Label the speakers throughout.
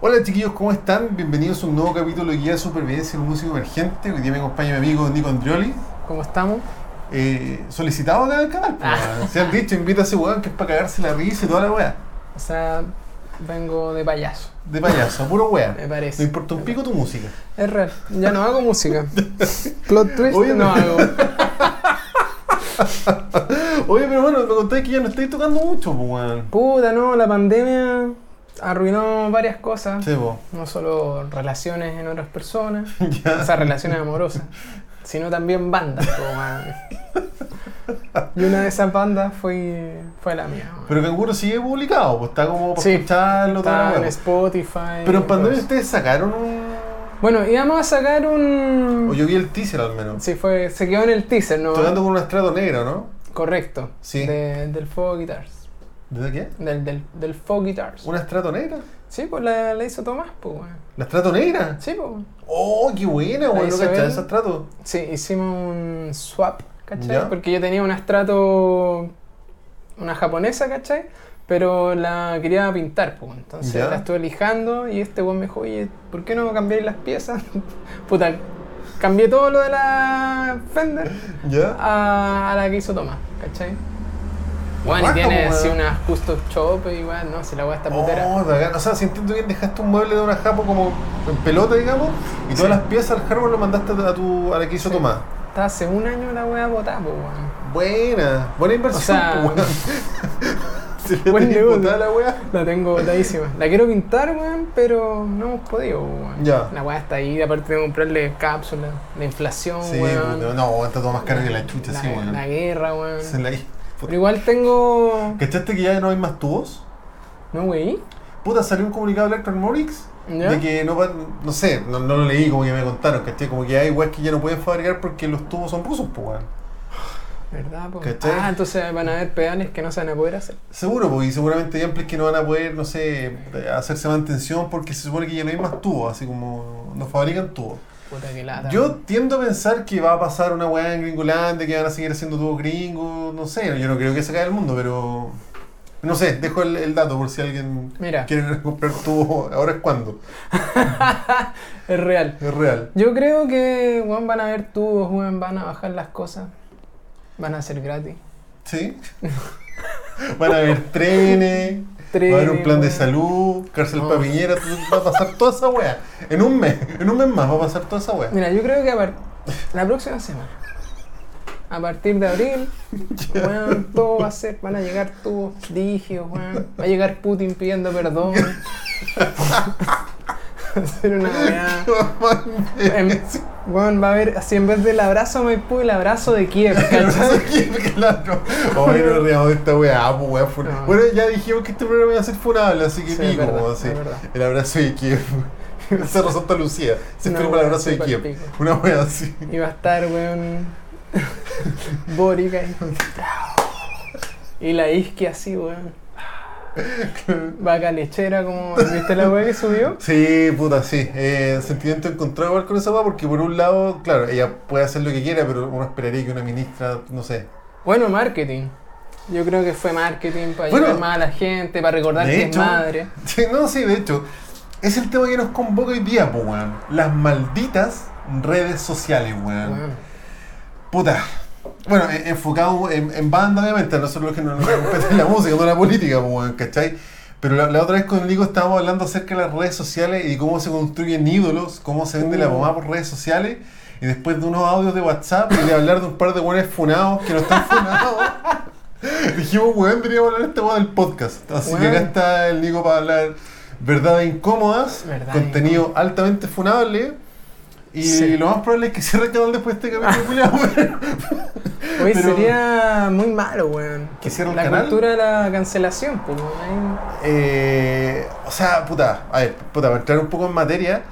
Speaker 1: Hola chiquillos, ¿cómo están? Bienvenidos a un nuevo capítulo de Guía de Supervivencia en un músico emergente. Hoy día me acompaña mi amigo Nico Andrioli,
Speaker 2: ¿Cómo estamos?
Speaker 1: eh, solicitado acá en el canal. pues,
Speaker 2: Ah.
Speaker 1: weón. Se han dicho, invita a ese weón que es para cagarse la risa y toda la weá.
Speaker 2: O sea, vengo de payaso,
Speaker 1: De payaso, puro weá.
Speaker 2: me
Speaker 1: No
Speaker 2: parece.
Speaker 1: importa un pico tu música.
Speaker 2: Es real. Ya no hago música. Plot twist
Speaker 1: Oye,
Speaker 2: no
Speaker 1: pero-
Speaker 2: hago.
Speaker 1: Oye, pero bueno, me contáis que ya no estáis tocando mucho, pues weón.
Speaker 2: Puta, no, la pandemia arruinó varias cosas.
Speaker 1: Sí, po.
Speaker 2: No solo relaciones en otras personas,
Speaker 1: Ya.
Speaker 2: o sea, relaciones amorosas, sino también bandas. po, man. Y una de esas bandas fue, fue la mía. man.
Speaker 1: Pero Canguro sigue publicado, pues está como para
Speaker 2: Sí.
Speaker 1: escucharlo, toda la
Speaker 2: Está en este
Speaker 1: weá.
Speaker 2: Spotify.
Speaker 1: Pero en
Speaker 2: todo
Speaker 1: pandemia
Speaker 2: eso.
Speaker 1: ustedes sacaron un.
Speaker 2: Bueno, íbamos a sacar un...
Speaker 1: O yo vi el teaser al menos.
Speaker 2: Sí, fue, se quedó en el teaser, ¿no?
Speaker 1: Tocando con un estrato negro, ¿no?
Speaker 2: Correcto.
Speaker 1: Sí.
Speaker 2: de- del Fog Guitars.
Speaker 1: ¿De qué?
Speaker 2: Del, del, del Fog Guitars.
Speaker 1: ¿Una estrato negra?
Speaker 2: Sí, pues la, la hizo Tomás, pues, weón.
Speaker 1: ¿La estrato negra?
Speaker 2: Sí, pues.
Speaker 1: ¡Oh, qué buena, weón! ¿No
Speaker 2: hizo
Speaker 1: cachaba
Speaker 2: él.
Speaker 1: esa estrato?
Speaker 2: Sí, hicimos un swap, ¿cachai?
Speaker 1: Ya.
Speaker 2: Porque yo tenía una Strato, una japonesa, ¿cachai? Pero la quería pintar, pues. Entonces
Speaker 1: Ya.
Speaker 2: la estuve lijando y este weón me dijo, oye, ¿por qué no cambiáis las piezas? Puta, cambié todo lo de la Fender
Speaker 1: ¿Ya?
Speaker 2: Ah, a, a la que hizo Tomás, ¿cachai? Bueno,
Speaker 1: Raja,
Speaker 2: y tiene
Speaker 1: po,
Speaker 2: así
Speaker 1: pues, weón.
Speaker 2: unas custom shop y weón, no, si la weá está putera.
Speaker 1: Oh, bacán. O sea, si entiendo bien, dejaste un mueble de una japo como en pelota, digamos, y todas
Speaker 2: Sí.
Speaker 1: las piezas al hardware lo mandaste a, tu, a la que hizo
Speaker 2: Sí.
Speaker 1: Tomás.
Speaker 2: Está hace un año la weá botada, po, weón.
Speaker 1: Buena, buena inversión,
Speaker 2: sea,
Speaker 1: po, weón. Se le
Speaker 2: buen
Speaker 1: ha
Speaker 2: negocio.
Speaker 1: disputada la weá.
Speaker 2: La tengo botadísima. La quiero pintar, weón, pero no hemos podido, pues, weón.
Speaker 1: Ya.
Speaker 2: La weá está ahí, aparte de comprarle cápsulas, la inflación,
Speaker 1: Sí,
Speaker 2: weón.
Speaker 1: puta, no, está todo más caro que la chucha,
Speaker 2: la,
Speaker 1: sí, weón.
Speaker 2: la guerra, weón.
Speaker 1: Se la-
Speaker 2: Pero igual tengo.
Speaker 1: ¿Cachaste que ya no hay más tubos?
Speaker 2: ¿No, wey?
Speaker 1: Puta, salió un comunicado de Electron
Speaker 2: ¿Ya?
Speaker 1: de que no van, no sé, no, no lo leí como que me contaron, ¿cachai? Como que hay weas que ya no pueden fabricar porque los tubos son rusos, pues weón.
Speaker 2: ¿Verdad, po?
Speaker 1: ¿Cachai?
Speaker 2: Ah, entonces van a haber pedales que no se van a poder hacer.
Speaker 1: Seguro, porque seguramente hay amplios que no van a poder, no sé, hacerse mantención porque se supone que ya no hay más tubos, así como no fabrican tubos.
Speaker 2: Puta que lata.
Speaker 1: Yo
Speaker 2: weón.
Speaker 1: tiendo a pensar que va a pasar una weá en Gringolandia, que van a seguir haciendo tubos gringos, no sé, yo no creo que se caiga el mundo, pero... No sé, dejo el, el dato por si alguien
Speaker 2: Mira.
Speaker 1: quiere comprar tubos, ahora es cuando,
Speaker 2: Es real.
Speaker 1: es real.
Speaker 2: Yo creo que, weón, van a haber tubos, weón, van a bajar las cosas. Van a ser gratis.
Speaker 1: Sí. Van a haber trenes,
Speaker 2: Trenes,
Speaker 1: va a haber un plan de
Speaker 2: weón.
Speaker 1: salud, cárcel
Speaker 2: No.
Speaker 1: para Piñera, tú- va a pasar toda esa wea. En un mes, en un mes más va a pasar toda esa wea.
Speaker 2: Mira, yo creo que a par- la próxima semana, a partir de abril, weón, todo va a ser, van a llegar tubos dígidos, weón. Va a llegar Putin pidiendo perdón. va a ser una weá. Em, Weón, va a haber, así en vez del abrazo Maipú, el abrazo de Kiev, ¿cachai?
Speaker 1: claro. Hoy no reamos de esta wea, pues wea, fun-
Speaker 2: No.
Speaker 1: Bueno, ya dijimos que este programa iba a ser funable, así que
Speaker 2: Sí,
Speaker 1: pico,
Speaker 2: es verdad,
Speaker 1: como así.
Speaker 2: es verdad.
Speaker 1: El abrazo de Kiev. Cerro Santa Lucía. Se
Speaker 2: Una
Speaker 1: firma el
Speaker 2: wea
Speaker 1: abrazo de
Speaker 2: súper
Speaker 1: Kiev.
Speaker 2: pico.
Speaker 1: Una wea así.
Speaker 2: Y va a estar, weón, Boric ahí. Y la isquia así, weón. Vaca lechera, como, ¿viste la weá que subió?
Speaker 1: Sí, puta, sí. Eh, sentimiento encontrado igual con esa weá, porque por un lado, claro, ella puede hacer lo que quiera, pero uno esperaría que una ministra, no sé.
Speaker 2: Bueno, marketing. Yo creo que fue marketing para
Speaker 1: Bueno,
Speaker 2: llegar más a la gente, para recordar
Speaker 1: de
Speaker 2: que es
Speaker 1: hecho-
Speaker 2: madre.
Speaker 1: Sí, no, sí, de hecho, es el tema que nos convoca hoy día, po, weón. Las malditas redes sociales, weón.
Speaker 2: Weón.
Speaker 1: Puta. Bueno, e- enfocado en, en banda, obviamente, a nosotros los que nos respetan la música, no la política, po, weón, ¿cachai? Pero la, la otra vez con Nico estábamos hablando acerca de las redes sociales y cómo se construyen ídolos, cómo se vende la
Speaker 2: Uh.
Speaker 1: pomada por redes sociales. Y después de unos audios de WhatsApp y de hablar de un par de buenos funados que no están funados, dijimos, weón, deberíamos hablar de este weón del podcast. Así que acá
Speaker 2: Weón.
Speaker 1: está el Nico para hablar verdades incómodas,
Speaker 2: Verdades
Speaker 1: contenido altamente funable. Y
Speaker 2: Sí.
Speaker 1: lo más probable es que cierre el canal después de este capítulo, culiao, weón.
Speaker 2: Hoy
Speaker 1: Pero-
Speaker 2: sería muy malo, weón.
Speaker 1: ¿Que cierre el
Speaker 2: la
Speaker 1: canal?
Speaker 2: cultura de la cancelación, pues, weón.
Speaker 1: Eh, o sea, puta, a ver, puta, para entrar un poco en materia,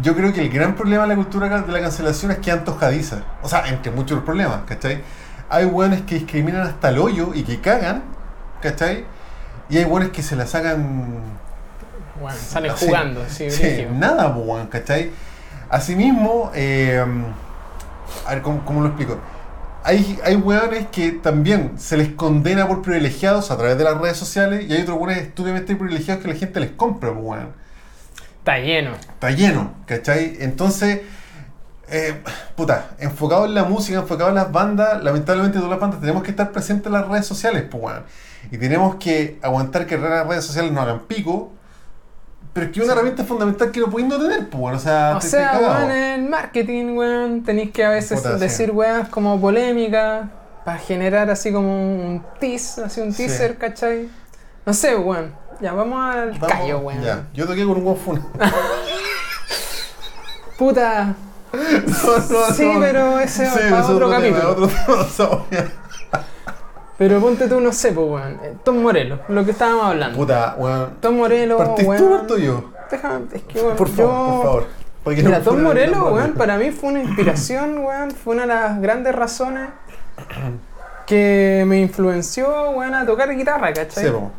Speaker 1: yo creo que el gran problema de la cultura ca- de la cancelación es que es antojadiza. O sea, entre muchos problemas, ¿cachai? Hay hueones que discriminan hasta el hoyo y que cagan, ¿cachai? Y hay hueones que se la sacan
Speaker 2: Weón, sale
Speaker 1: Así-
Speaker 2: jugando, sí,
Speaker 1: sí,
Speaker 2: brígido.
Speaker 1: nada, pues, weón, ¿cachai? Asimismo, eh, a ver, ¿cómo, cómo lo explico? Hay, hay weones que también se les condena por privilegiados a través de las redes sociales y hay otros weones estúpidamente privilegiados que la gente les compra, pues, weón.
Speaker 2: Está lleno.
Speaker 1: Está lleno, ¿cachai? Entonces, eh, puta, enfocado en la música, enfocado en las bandas, lamentablemente todas las bandas tenemos que estar presentes en las redes sociales, pues, weón. Y tenemos que aguantar que las redes sociales no hagan pico. Pero es que es una herramienta fundamental que no podéis no tener, pues, weón. O sea,
Speaker 2: O
Speaker 1: te- te
Speaker 2: sea,
Speaker 1: cagao.
Speaker 2: weón, en marketing, weón, tenéis que a veces
Speaker 1: Puta, sí.
Speaker 2: decir weas como polémica para generar así como un tease, así un
Speaker 1: Sí.
Speaker 2: teaser, ¿cachai? No sé, weón. Ya, vamos al
Speaker 1: Vamos-
Speaker 2: callo, weón.
Speaker 1: Ya, yo toqué con un weón funa.
Speaker 2: Puta.
Speaker 1: No, no,
Speaker 2: Sí,
Speaker 1: no.
Speaker 2: pero
Speaker 1: Sí,
Speaker 2: ese es
Speaker 1: pero
Speaker 2: para
Speaker 1: eso es
Speaker 2: otro
Speaker 1: tema,
Speaker 2: capítulo.
Speaker 1: otro tema, esa weá.
Speaker 2: Pero ponte tú, no sé, pues, weón. Eh, Tom Morello, lo que estábamos hablando.
Speaker 1: Puta, weón.
Speaker 2: Tom Morello,
Speaker 1: ¿Partís
Speaker 2: weón.
Speaker 1: tú, parto yo?
Speaker 2: Déjame, es que, weón,
Speaker 1: Por favor,
Speaker 2: yo-
Speaker 1: por favor. Porque no
Speaker 2: Mira,
Speaker 1: me
Speaker 2: Tom
Speaker 1: funen tan
Speaker 2: Morello,
Speaker 1: rápido.
Speaker 2: weón, para mí fue una inspiración, weón, fue una de las grandes razones que me influenció, weón, a tocar guitarra, ¿cachai?
Speaker 1: Sí, po.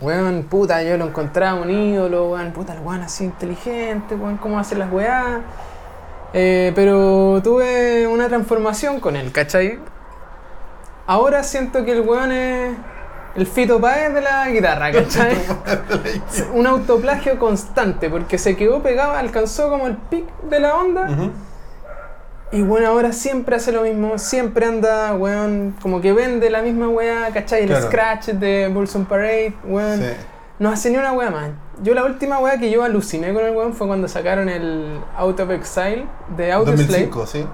Speaker 2: Weón, puta, yo lo encontraba un ídolo, weón, puta, el weón así inteligente, weón, cómo hacer las weás. Eh, pero tuve una transformación con él, ¿cachai? Ahora siento que el weón es el Fito Páez de la guitarra, ¿cachai? un autoplagio constante, porque se quedó pegado, alcanzó como el pic de la onda.
Speaker 1: Ujú.
Speaker 2: Y bueno, ahora siempre hace lo mismo, siempre anda, weón, como que vende la misma weá, ¿cachai? El
Speaker 1: Claro.
Speaker 2: scratch de Bulls on Parade, weón.
Speaker 1: Sí.
Speaker 2: No hace ni una weá más. Yo la última weá que yo aluciné con el weón fue cuando sacaron el Out of Exile de Outer Slave.
Speaker 1: 2005, sí.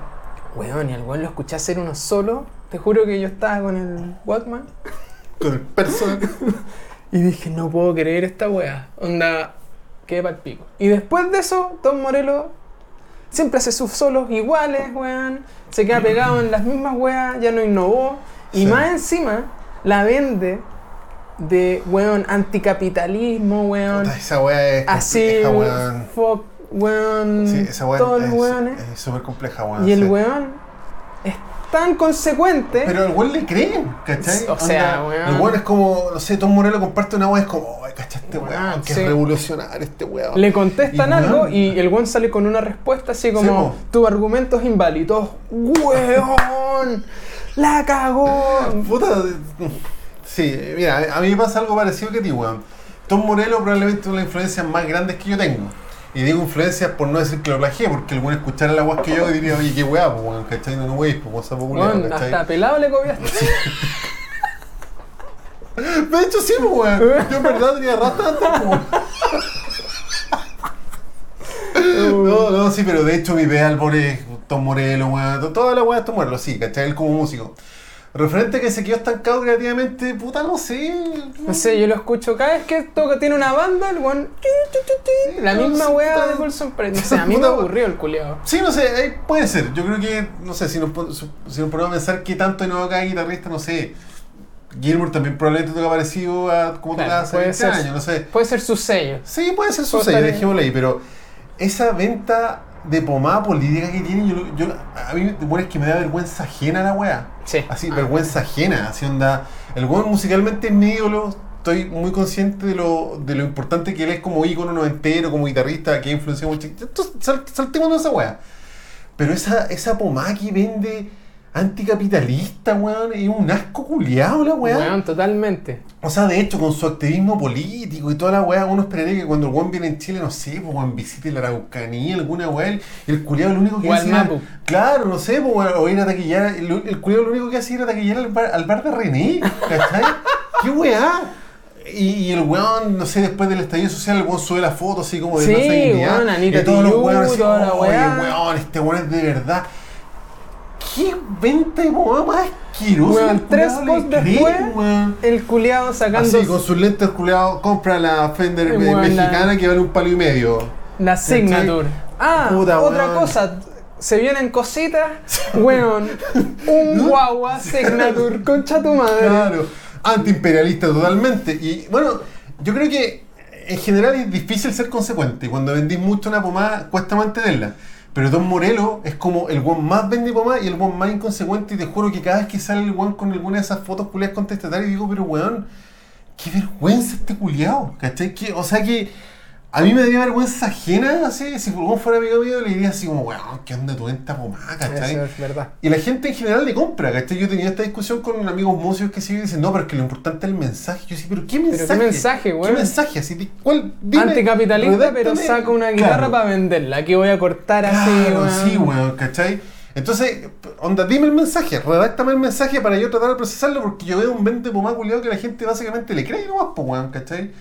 Speaker 2: Weón, y el weón lo escuché hacer uno solo. Te juro que yo estaba con el Walkman.
Speaker 1: Con el personal.
Speaker 2: Y dije, no puedo creer esta weá. Onda, quedé pa'l pico. Y después de eso, Tom Morello siempre hace sus solos iguales, weón. Se queda pegado en las mismas weas, ya no innovó. Y
Speaker 1: Sí.
Speaker 2: más encima, la vende de, weón, anticapitalismo, weón.
Speaker 1: Puta, esa weá es
Speaker 2: Así,
Speaker 1: compleja, weón.
Speaker 2: fuck, weón.
Speaker 1: Sí, esa weá
Speaker 2: todos los
Speaker 1: es-
Speaker 2: weones.
Speaker 1: es súper compleja, weón.
Speaker 2: y el
Speaker 1: sí.
Speaker 2: weón es tan consecuente.
Speaker 1: Pero al weón le creen, ¿cachai?
Speaker 2: O sea,
Speaker 1: Onda,
Speaker 2: weón.
Speaker 1: El weón es como, no sé, Tom Morello comparte una weá, es como, ay, ¿cachaste,
Speaker 2: Weón,
Speaker 1: weón? Que
Speaker 2: sí.
Speaker 1: es revolucionar este weón.
Speaker 2: Le contestan
Speaker 1: Y weón-
Speaker 2: algo y el weón sale con una respuesta así como:
Speaker 1: po.
Speaker 2: Tu argumento es inválido. ¡Weón! ¡La cagó!
Speaker 1: Puta. Sí, mira, a mí me pasa algo parecido que a ti, weón. Tom Morello probablemente es una de las influencias más grandes que yo tengo. Y digo influencias por no decir que lo plagié, porque el weón escuchara la weá que yo diría, oye, qué weá, pues, weón, ¿cachai? No, no weís, pues, weón, sapo culiao,
Speaker 2: Weón,
Speaker 1: ¿cachai?
Speaker 2: hasta pelado le copiaste.
Speaker 1: De hecho, sí, pues, weón. Yo en verdad tenía rata antes, pues, weón. No, no, sí, pero de hecho mi al Álvarez, Tom Morello, weón, to- toda la weá de Tom Morello, sí, ¿cachai? Él como músico. Referente que se quedó estancado creativamente, puta, no sé.
Speaker 2: No sé, yo lo escucho cada vez que toca, tiene una banda, el weón. La
Speaker 1: no,
Speaker 2: misma
Speaker 1: sí,
Speaker 2: wea
Speaker 1: puta.
Speaker 2: de Wilson Pérez. No sé, a mí me
Speaker 1: Puta,
Speaker 2: aburrió el culiao.
Speaker 1: Sí, no sé, ahí puede ser. Yo creo que, no sé, si nos, pon- si nos ponemos a pensar qué tanto innova cada guitarrista, no sé. Gilmour también probablemente toca parecido a como
Speaker 2: Claro,
Speaker 1: tocaba hace
Speaker 2: puede
Speaker 1: 20
Speaker 2: ser.
Speaker 1: años, no sé.
Speaker 2: Puede ser su sello.
Speaker 1: Sí, puede ser su
Speaker 2: Puede
Speaker 1: sello,
Speaker 2: estar-
Speaker 1: dejémoslo ahí, pero esa venta de pomada política que tiene, yo, yo- a mí bueno, es que me da vergüenza ajena la weá.
Speaker 2: Sí.
Speaker 1: Así,
Speaker 2: Ah.
Speaker 1: vergüenza ajena, así onda. El weón musicalmente es mi ídolo, estoy muy consciente de lo, de lo importante que él es como ícono noventero, como guitarrista, que influenció mucho. Entonces, sal- saltémonos de esa weá. Pero esa, esa pomada que vende anticapitalista, weón, es un asco culiado la weá.
Speaker 2: Weón, totalmente.
Speaker 1: O sea, de hecho, con su activismo político y toda la weá, uno esperaría que cuando el weón viene en Chile, no sé, pues weón visite la Araucanía, alguna weá, el, el culiado lo único que
Speaker 2: O al
Speaker 1: hace era-
Speaker 2: Mapu.
Speaker 1: Claro, no sé, pues weón, o ir a taquillar, el, el culiado lo único que hacía era taquillar al bar, al bar de René, ¿cachai? ¡Qué weá! Y, y el weón, no sé, después del estallido social, el weón sube la foto así como de
Speaker 2: Sí,
Speaker 1: plaza de dignidad.
Speaker 2: weón, Anita
Speaker 1: y todos los
Speaker 2: Tijoux,
Speaker 1: weones así,
Speaker 2: toda la
Speaker 1: oye,
Speaker 2: weá".
Speaker 1: weón, este weón es de verdad. ¿Qué venta de mamá más asquerosa? El culiao
Speaker 2: Weón, tres
Speaker 1: le
Speaker 2: posts
Speaker 1: cree,
Speaker 2: después,
Speaker 1: weón.
Speaker 2: El culiao sacando
Speaker 1: Así, con sus lentes culeados, compra la Fender
Speaker 2: Eh,
Speaker 1: me-
Speaker 2: weón,
Speaker 1: mexicana que vale un palo y medio.
Speaker 2: La signature. Ah,
Speaker 1: Puta,
Speaker 2: otra
Speaker 1: weón.
Speaker 2: cosa. Se vienen cositas, weón. Un guagua signature, concha tu madre.
Speaker 1: Claro, antiimperialista totalmente. Y bueno, yo creo que en general es difícil ser consecuente. Cuando vendís mucho una pomada, cuesta mantenerla. Pero Don Morelo es como el one más vende pomada y el one más inconsecuente. Y te juro que cada vez que sale el one con alguna de esas fotos culeadas contestatarias, digo, pero weón, qué vergüenza este culiao. ¿Cachai? Que, o sea que A mí me daría vergüenza ajena, así, si Fulgón fuera amigo mío, le diría así como, weón, ¿qué onda tu venta pomada, cachai?
Speaker 2: Eso es verdad.
Speaker 1: Y la gente en general le compra, ¿cachai? Yo tenía esta discusión con amigos músicos que sí dicen, no, pero es que lo importante es el mensaje. Yo sí, pero ¿qué mensaje?
Speaker 2: mensaje, weón?
Speaker 1: ¿Qué mensaje? Así, di- ¿cuál? Dime,
Speaker 2: Anticapitalista, pero
Speaker 1: redáctame.
Speaker 2: saco una guitarra
Speaker 1: Claro.
Speaker 2: para venderla. Aquí voy a cortar así,
Speaker 1: Claro,
Speaker 2: weón.
Speaker 1: sí, weón, ¿cachai? Entonces, onda, dime el mensaje, redáctame el mensaje para yo tratar de procesarlo, porque yo veo un vende pomada culiado que la gente básicamente le cree nomás, pues, weón, ¿cachai?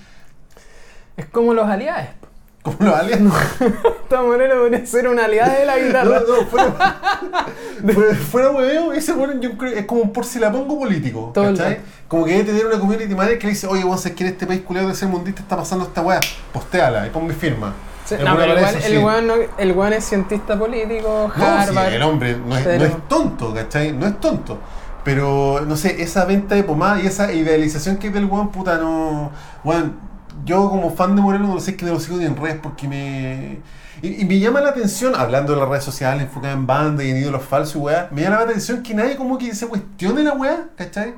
Speaker 2: Es como los aliados. po.
Speaker 1: Como los aliados.
Speaker 2: Esta manera podría ser un aliado de la
Speaker 1: No,
Speaker 2: guitarra.
Speaker 1: no, fuera, fuera, fuera hueveo, ese weón yo creo que es como un porcilapongo político,
Speaker 2: Todo el
Speaker 1: ¿cachai?
Speaker 2: rato.
Speaker 1: Como que debe tener una community manager que le dice, oye, vos sabés que en este país culiado de ser mundista está pasando esta weá, postéala y pon mi firma.
Speaker 2: Sí,
Speaker 1: En
Speaker 2: no,
Speaker 1: alguna
Speaker 2: pero el
Speaker 1: pared,
Speaker 2: weón-
Speaker 1: eso
Speaker 2: el
Speaker 1: sí.
Speaker 2: weón no- el weón es cientista político,
Speaker 1: No, sí,
Speaker 2: Harvard.
Speaker 1: el hombre no es, no
Speaker 2: pero-
Speaker 1: es tonto, ¿cachai? No es tonto. Pero, no sé, esa venta de pomada y esa idealización que hay del weón, puta, no. Weón, yo como fan de Moreno no sé que no lo sigo ni en redes porque me. Y, y me llama la atención, hablando de las redes sociales, enfocada en banda y en ídolos falsos y weá, me llama la atención que nadie como que se cuestione la weá, ¿cachai?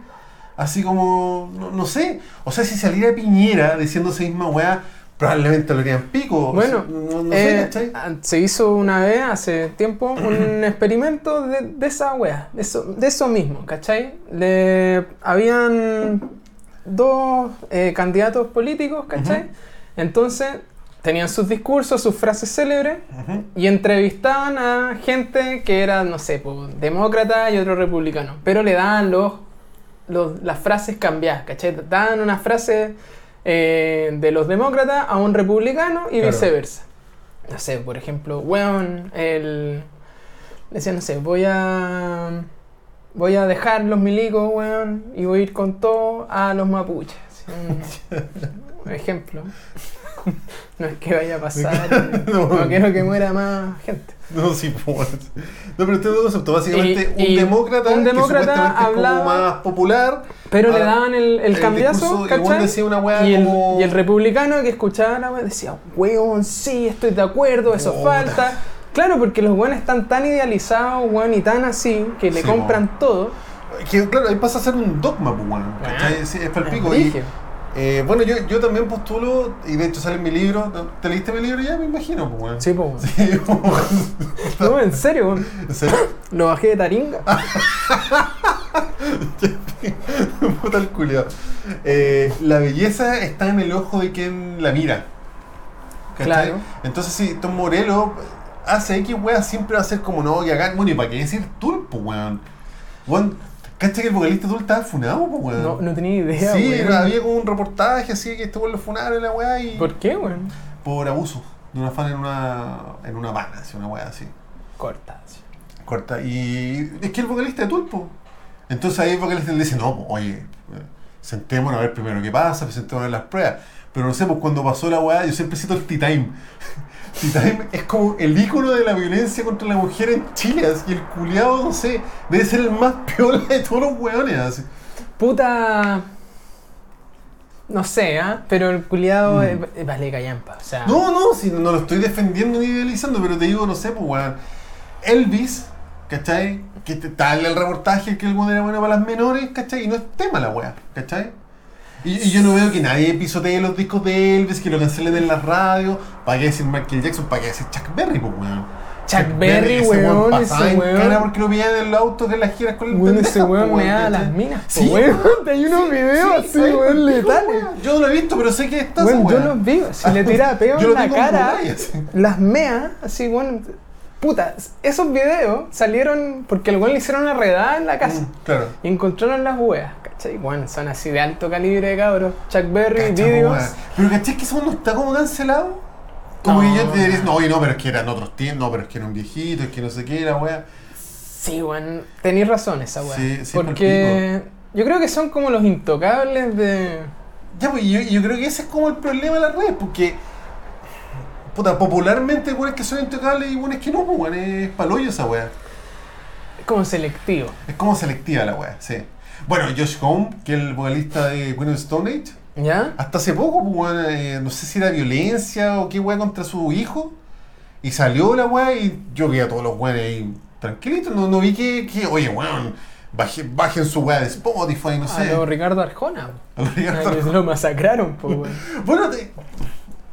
Speaker 1: Así como, no, no sé. O sea, si saliera Piñera diciendo esa misma weá, probablemente lo harían pico.
Speaker 2: Bueno,
Speaker 1: no, no
Speaker 2: eh,
Speaker 1: sé, ¿cachai?
Speaker 2: ah, se hizo una vez hace tiempo un experimento de, de esa wea, de eso, de eso mismo, ¿cachai? Le, habían dos eh, candidatos políticos, ¿cachai? Entonces tenían sus discursos, sus frases célebres
Speaker 1: Ujú.
Speaker 2: y entrevistaban a gente que era, no sé, po, demócrata y otro republicano, pero le daban los, los- las frases cambiadas, ¿cachai? Daban una frase eh, de los demócratas a un republicano y
Speaker 1: Claro.
Speaker 2: viceversa. No sé, por ejemplo, weón, el... Decía, no sé, voy a... Voy a dejar los milicos, weón, y voy a ir con todo a los mapuches. Así, un- un ejemplo. No es que vaya a pasar.
Speaker 1: No.
Speaker 2: no quiero que muera más gente.
Speaker 1: No, sí, pues. No, pero este es otro concepto. Básicamente,
Speaker 2: Y-
Speaker 1: un
Speaker 2: y
Speaker 1: demócrata,
Speaker 2: un demócrata
Speaker 1: que supuestamente es
Speaker 2: hablaba-
Speaker 1: como más popular.
Speaker 2: Pero le
Speaker 1: Ah,
Speaker 2: daban el, el cambiazo,
Speaker 1: discurso, y el weón
Speaker 2: ¿cachai?
Speaker 1: decía una weá
Speaker 2: Y el,
Speaker 1: como...
Speaker 2: y el republicano que escuchaba la weá decía, weón, sí, estoy de acuerdo, eso
Speaker 1: Puta.
Speaker 2: falta. Claro, porque los weones están tan idealizados, weón, y tan así, que le
Speaker 1: Sí,
Speaker 2: compran todo.
Speaker 1: Que, claro, ahí pasa a ser un dogma, pues, weón. ¿cachai? Sí, es palpico.
Speaker 2: Ah, Es
Speaker 1: Y,
Speaker 2: brígido.
Speaker 1: eh, bueno, yo, yo también postulo, y de hecho sale en mi libro. ¿Te leíste mi libro ya? Me imagino, pues, weón.
Speaker 2: Sí, po, weón.
Speaker 1: Sí, pues,
Speaker 2: No, en serio, weón.
Speaker 1: ¿En serio?
Speaker 2: Lo bajé de taringa.
Speaker 1: Ah. Puta el culiao. Eh, la belleza está en el ojo de quien la mira. ¿Cachai?
Speaker 2: Claro.
Speaker 1: Entonces, si Tom Morello hace X wea, siempre va a ser como no, que acá. Bueno, ¿y para qué decir tulpo, weón? Weón, ¿cachai que el vocalista Tul estaba funado, po, weón?
Speaker 2: No, no tenía idea,
Speaker 1: sí,
Speaker 2: weón.
Speaker 1: era- había como un reportaje así que estuvo en los funaron y la weá y.
Speaker 2: ¿Por qué, weón?
Speaker 1: por abuso de una fan en una. en una vana, así, una weá así.
Speaker 2: Corta.
Speaker 1: Corta. Y es que el vocalista de Tulpo. Entonces ahí el vocalista le dice, no, pues, oye, sentémonos a ver primero qué pasa, pues, sentémonos a ver las pruebas. Pero no sé, pues cuando pasó la weá, yo siempre cito el T-Time. T-Time es como el ícono de la violencia contra la mujer en Chile, así, y el culiado, no sé, debe ser el más piola de todos los weones, así.
Speaker 2: Puta. No sé, ¿ah? Pero el culiado vale callampa. O sea.
Speaker 1: Mm. No, no, si no lo estoy defendiendo ni idealizando, pero te digo, no sé, pues weón. Elvis, ¿cachai? Que te- tal el reportaje que el weón era bueno para las menores, ¿cachai? Y no es tema la weá, ¿cachai? Y, y yo no veo que nadie pisotee los discos de Elvis, que lo cancelen en la radio. ¿Para qué decir Michael Jackson? ¿Para qué decir Chuck Berry, pues weón?
Speaker 2: Chuck Berry, weón,
Speaker 1: pasaba
Speaker 2: ese
Speaker 1: en
Speaker 2: weón.
Speaker 1: cara porque lo veía en los autos que las giras con el
Speaker 2: Weón, ese
Speaker 1: pendejas, pues,
Speaker 2: weón me da las
Speaker 1: ¿cachai?
Speaker 2: minas. po,
Speaker 1: Sí,
Speaker 2: weón. Hay unos videos
Speaker 1: Sí,
Speaker 2: así,
Speaker 1: ¿sabes?
Speaker 2: weón,
Speaker 1: Digo,
Speaker 2: letales.
Speaker 1: weón, Yo no lo he visto, pero sé que está esa
Speaker 2: Weón, yo
Speaker 1: weá.
Speaker 2: los vi. Si le
Speaker 1: Ah,
Speaker 2: tiraba peo
Speaker 1: yo
Speaker 2: en
Speaker 1: lo
Speaker 2: la
Speaker 1: tengo
Speaker 2: cara,
Speaker 1: Blu-ray, así.
Speaker 2: las mea, así, weón. Puta, esos videos salieron porque al weón le hicieron una redada en la casa.
Speaker 1: Mm, claro.
Speaker 2: Y encontraron las weas, ¿cachai? Weón, son así de alto calibre, cabros. Chuck Berry,
Speaker 1: Cacha,
Speaker 2: videos.
Speaker 1: weón. Pero caché que eso no está como cancelado. Como
Speaker 2: No.
Speaker 1: que yo te diría, no, oye, no, pero es que eran otros tiempos, no, pero es que era un viejito, es que no sé qué era, weá.
Speaker 2: Sí, weón, tenéis razón esa weá.
Speaker 1: Sí, sí,
Speaker 2: porque yo creo que son como los intocables de.
Speaker 1: Ya, pues yo, yo creo que ese es como el problema de las redes, porque. Puta, popularmente, weón, es que son intocables y weón, es que no, pues, weón, es palollo esa weá.
Speaker 2: como selectivo.
Speaker 1: Es como selectiva la weá, sí. Bueno, Josh Home, que es el vocalista de Queen of Stone Age,
Speaker 2: ¿Ya?
Speaker 1: Hasta hace poco, pues, weón, eh, no sé si era violencia o qué weá contra su hijo. Y salió la weá y yo vi a todos los weones ahí tranquilitos. No, no vi que, que, oye, weón, baje- bajen su weá de Spotify, no
Speaker 2: A
Speaker 1: sé.
Speaker 2: lo Ricardo Arjona.
Speaker 1: A lo Ricardo
Speaker 2: A que Lo masacraron, pues, weón.
Speaker 1: Bueno, te-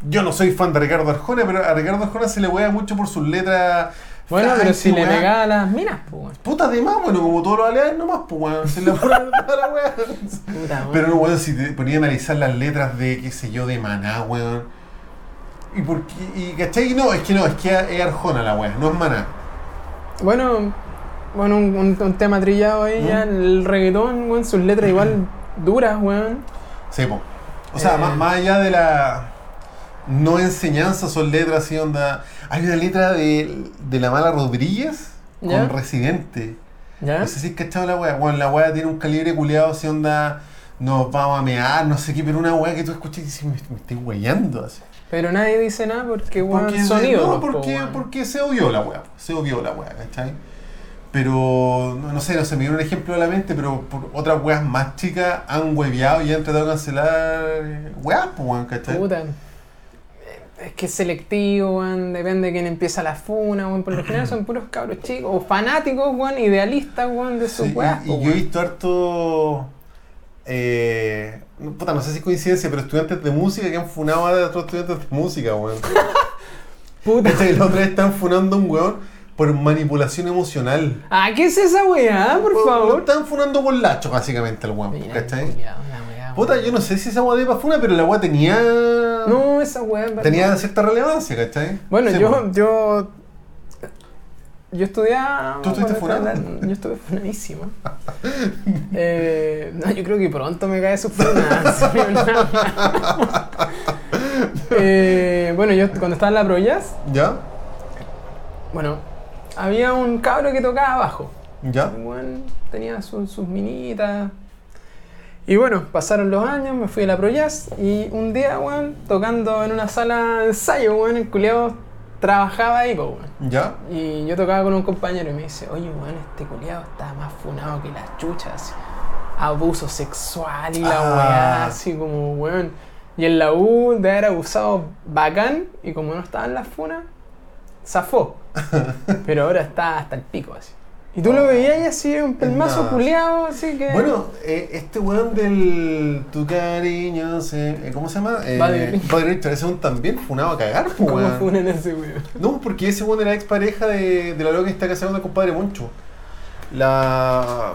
Speaker 1: Yo no soy fan de Ricardo Arjona, pero a Ricardo Arjona se le hueá mucho por sus letras.
Speaker 2: Bueno, pero
Speaker 1: Ay,
Speaker 2: si le
Speaker 1: weá.
Speaker 2: pegaba las minas, pues, weón.
Speaker 1: Puta de más, bueno, como todos los aliados nomás, pues weón, se le ocurre toda la weá.
Speaker 2: Puta, weón.
Speaker 1: Pero no, weón, si te ponía a analizar las letras de, qué sé yo, de Maná, weón. ¿Y por qué? ¿Y cachai? No, es que no, es que es Arjona la weá, no es Maná.
Speaker 2: Bueno, bueno un, un- un tema trillado ahí
Speaker 1: ¿Mm?
Speaker 2: ya, el reggaetón, weón, sus letras igual duras, weón.
Speaker 1: Sí, po. O sea,
Speaker 2: Eh.
Speaker 1: más, más allá de la no enseñanza, son letras así onda. Hay una letra de, de la mala Rodríguez con
Speaker 2: ¿Ya?
Speaker 1: Residente.
Speaker 2: ¿Ya?
Speaker 1: No sé si has cachado la weá. Bueno, la weá tiene un calibre culiado así onda. Nos vamos a mear, no sé qué, pero una weá que tú escuchas y dices, me, me estoy weyando así.
Speaker 2: Pero nadie dice nada porque, weón,
Speaker 1: Porque,
Speaker 2: sonido.
Speaker 1: no,
Speaker 2: pues, po,
Speaker 1: porque,
Speaker 2: weón.
Speaker 1: porque se odió la weá. Se odió la weá, ¿cachai? Pero, no, no sé, no se me dio un ejemplo a la mente, pero por otras weas más chicas han hueveado y han tratado de cancelar eh, weas, pues, weón, ¿cachai?
Speaker 2: Puta. Es que es selectivo, weón. Depende de quién empieza la funa, weón. Por lo general son puros cabros chicos. O fanáticos, weón. Idealistas, weón, de
Speaker 1: Sí,
Speaker 2: sus weas,
Speaker 1: y,
Speaker 2: po,
Speaker 1: y yo he
Speaker 2: weón.
Speaker 1: visto harto. eh, no, puta, no sé si es coincidencia, pero estudiantes de música que han funado a otros estudiantes de música, weón.
Speaker 2: Puta.
Speaker 1: Este, la otra vez están funando a un weón por manipulación emocional.
Speaker 2: Ah, ¿qué es esa weá, por
Speaker 1: Lo- lo
Speaker 2: favor?
Speaker 1: Están funando por lacho, básicamente, el weón,
Speaker 2: Mira,
Speaker 1: ¿cachai?
Speaker 2: culiao, la weá,
Speaker 1: Puta,
Speaker 2: weón.
Speaker 1: yo no sé si esa weá de pa' funa, pero la weá tenía.
Speaker 2: No, esa weá.
Speaker 1: Tenía cierta relevancia, ¿cachai?
Speaker 2: Bueno,
Speaker 1: Sí,
Speaker 2: yo,
Speaker 1: po.
Speaker 2: yo. Yo estudiaba.
Speaker 1: ¿Tú estuviste
Speaker 2: cuando estaba-
Speaker 1: funado?
Speaker 2: Yo estuve funadísimo. Eh, no, yo creo que pronto me cae su funa. se me olvida. Eh, bueno, yo cuando estaba en la Pro Jazz,
Speaker 1: ¿Ya?
Speaker 2: bueno, había un cabro que tocaba abajo.
Speaker 1: ¿Ya?
Speaker 2: Bueno, tenía su- sus minitas. Y bueno, pasaron los años, me fui a la Pro Jazz y un día, weón, tocando en una sala de ensayo, weón, el culeado trabajaba ahí, po, weón.
Speaker 1: ¿Ya?
Speaker 2: Y yo tocaba con un compañero y me dice, oye, weón, este culeado está más funado que las chuchas. Abuso sexual y la
Speaker 1: Ah.
Speaker 2: weá, así como, weón. Y en la U de haber abusado bacán y como no estaba en las funas, zafó. Pero ahora está hasta el pico así. Y tú lo veías y así, un pelmazo
Speaker 1: Oh. Nada.
Speaker 2: culeado, así que...
Speaker 1: Bueno, eh, este weón del Tu cariño se. eh, ¿Cómo se llama? Eh,
Speaker 2: Buddy Rich.
Speaker 1: Buddy Rich, ese weón también funaba a cagar, po,
Speaker 2: ¿cómo
Speaker 1: weón.
Speaker 2: funan a ese weón?
Speaker 1: No, porque ese weón era expareja de, de la loca que está casada con el compadre Moncho. La.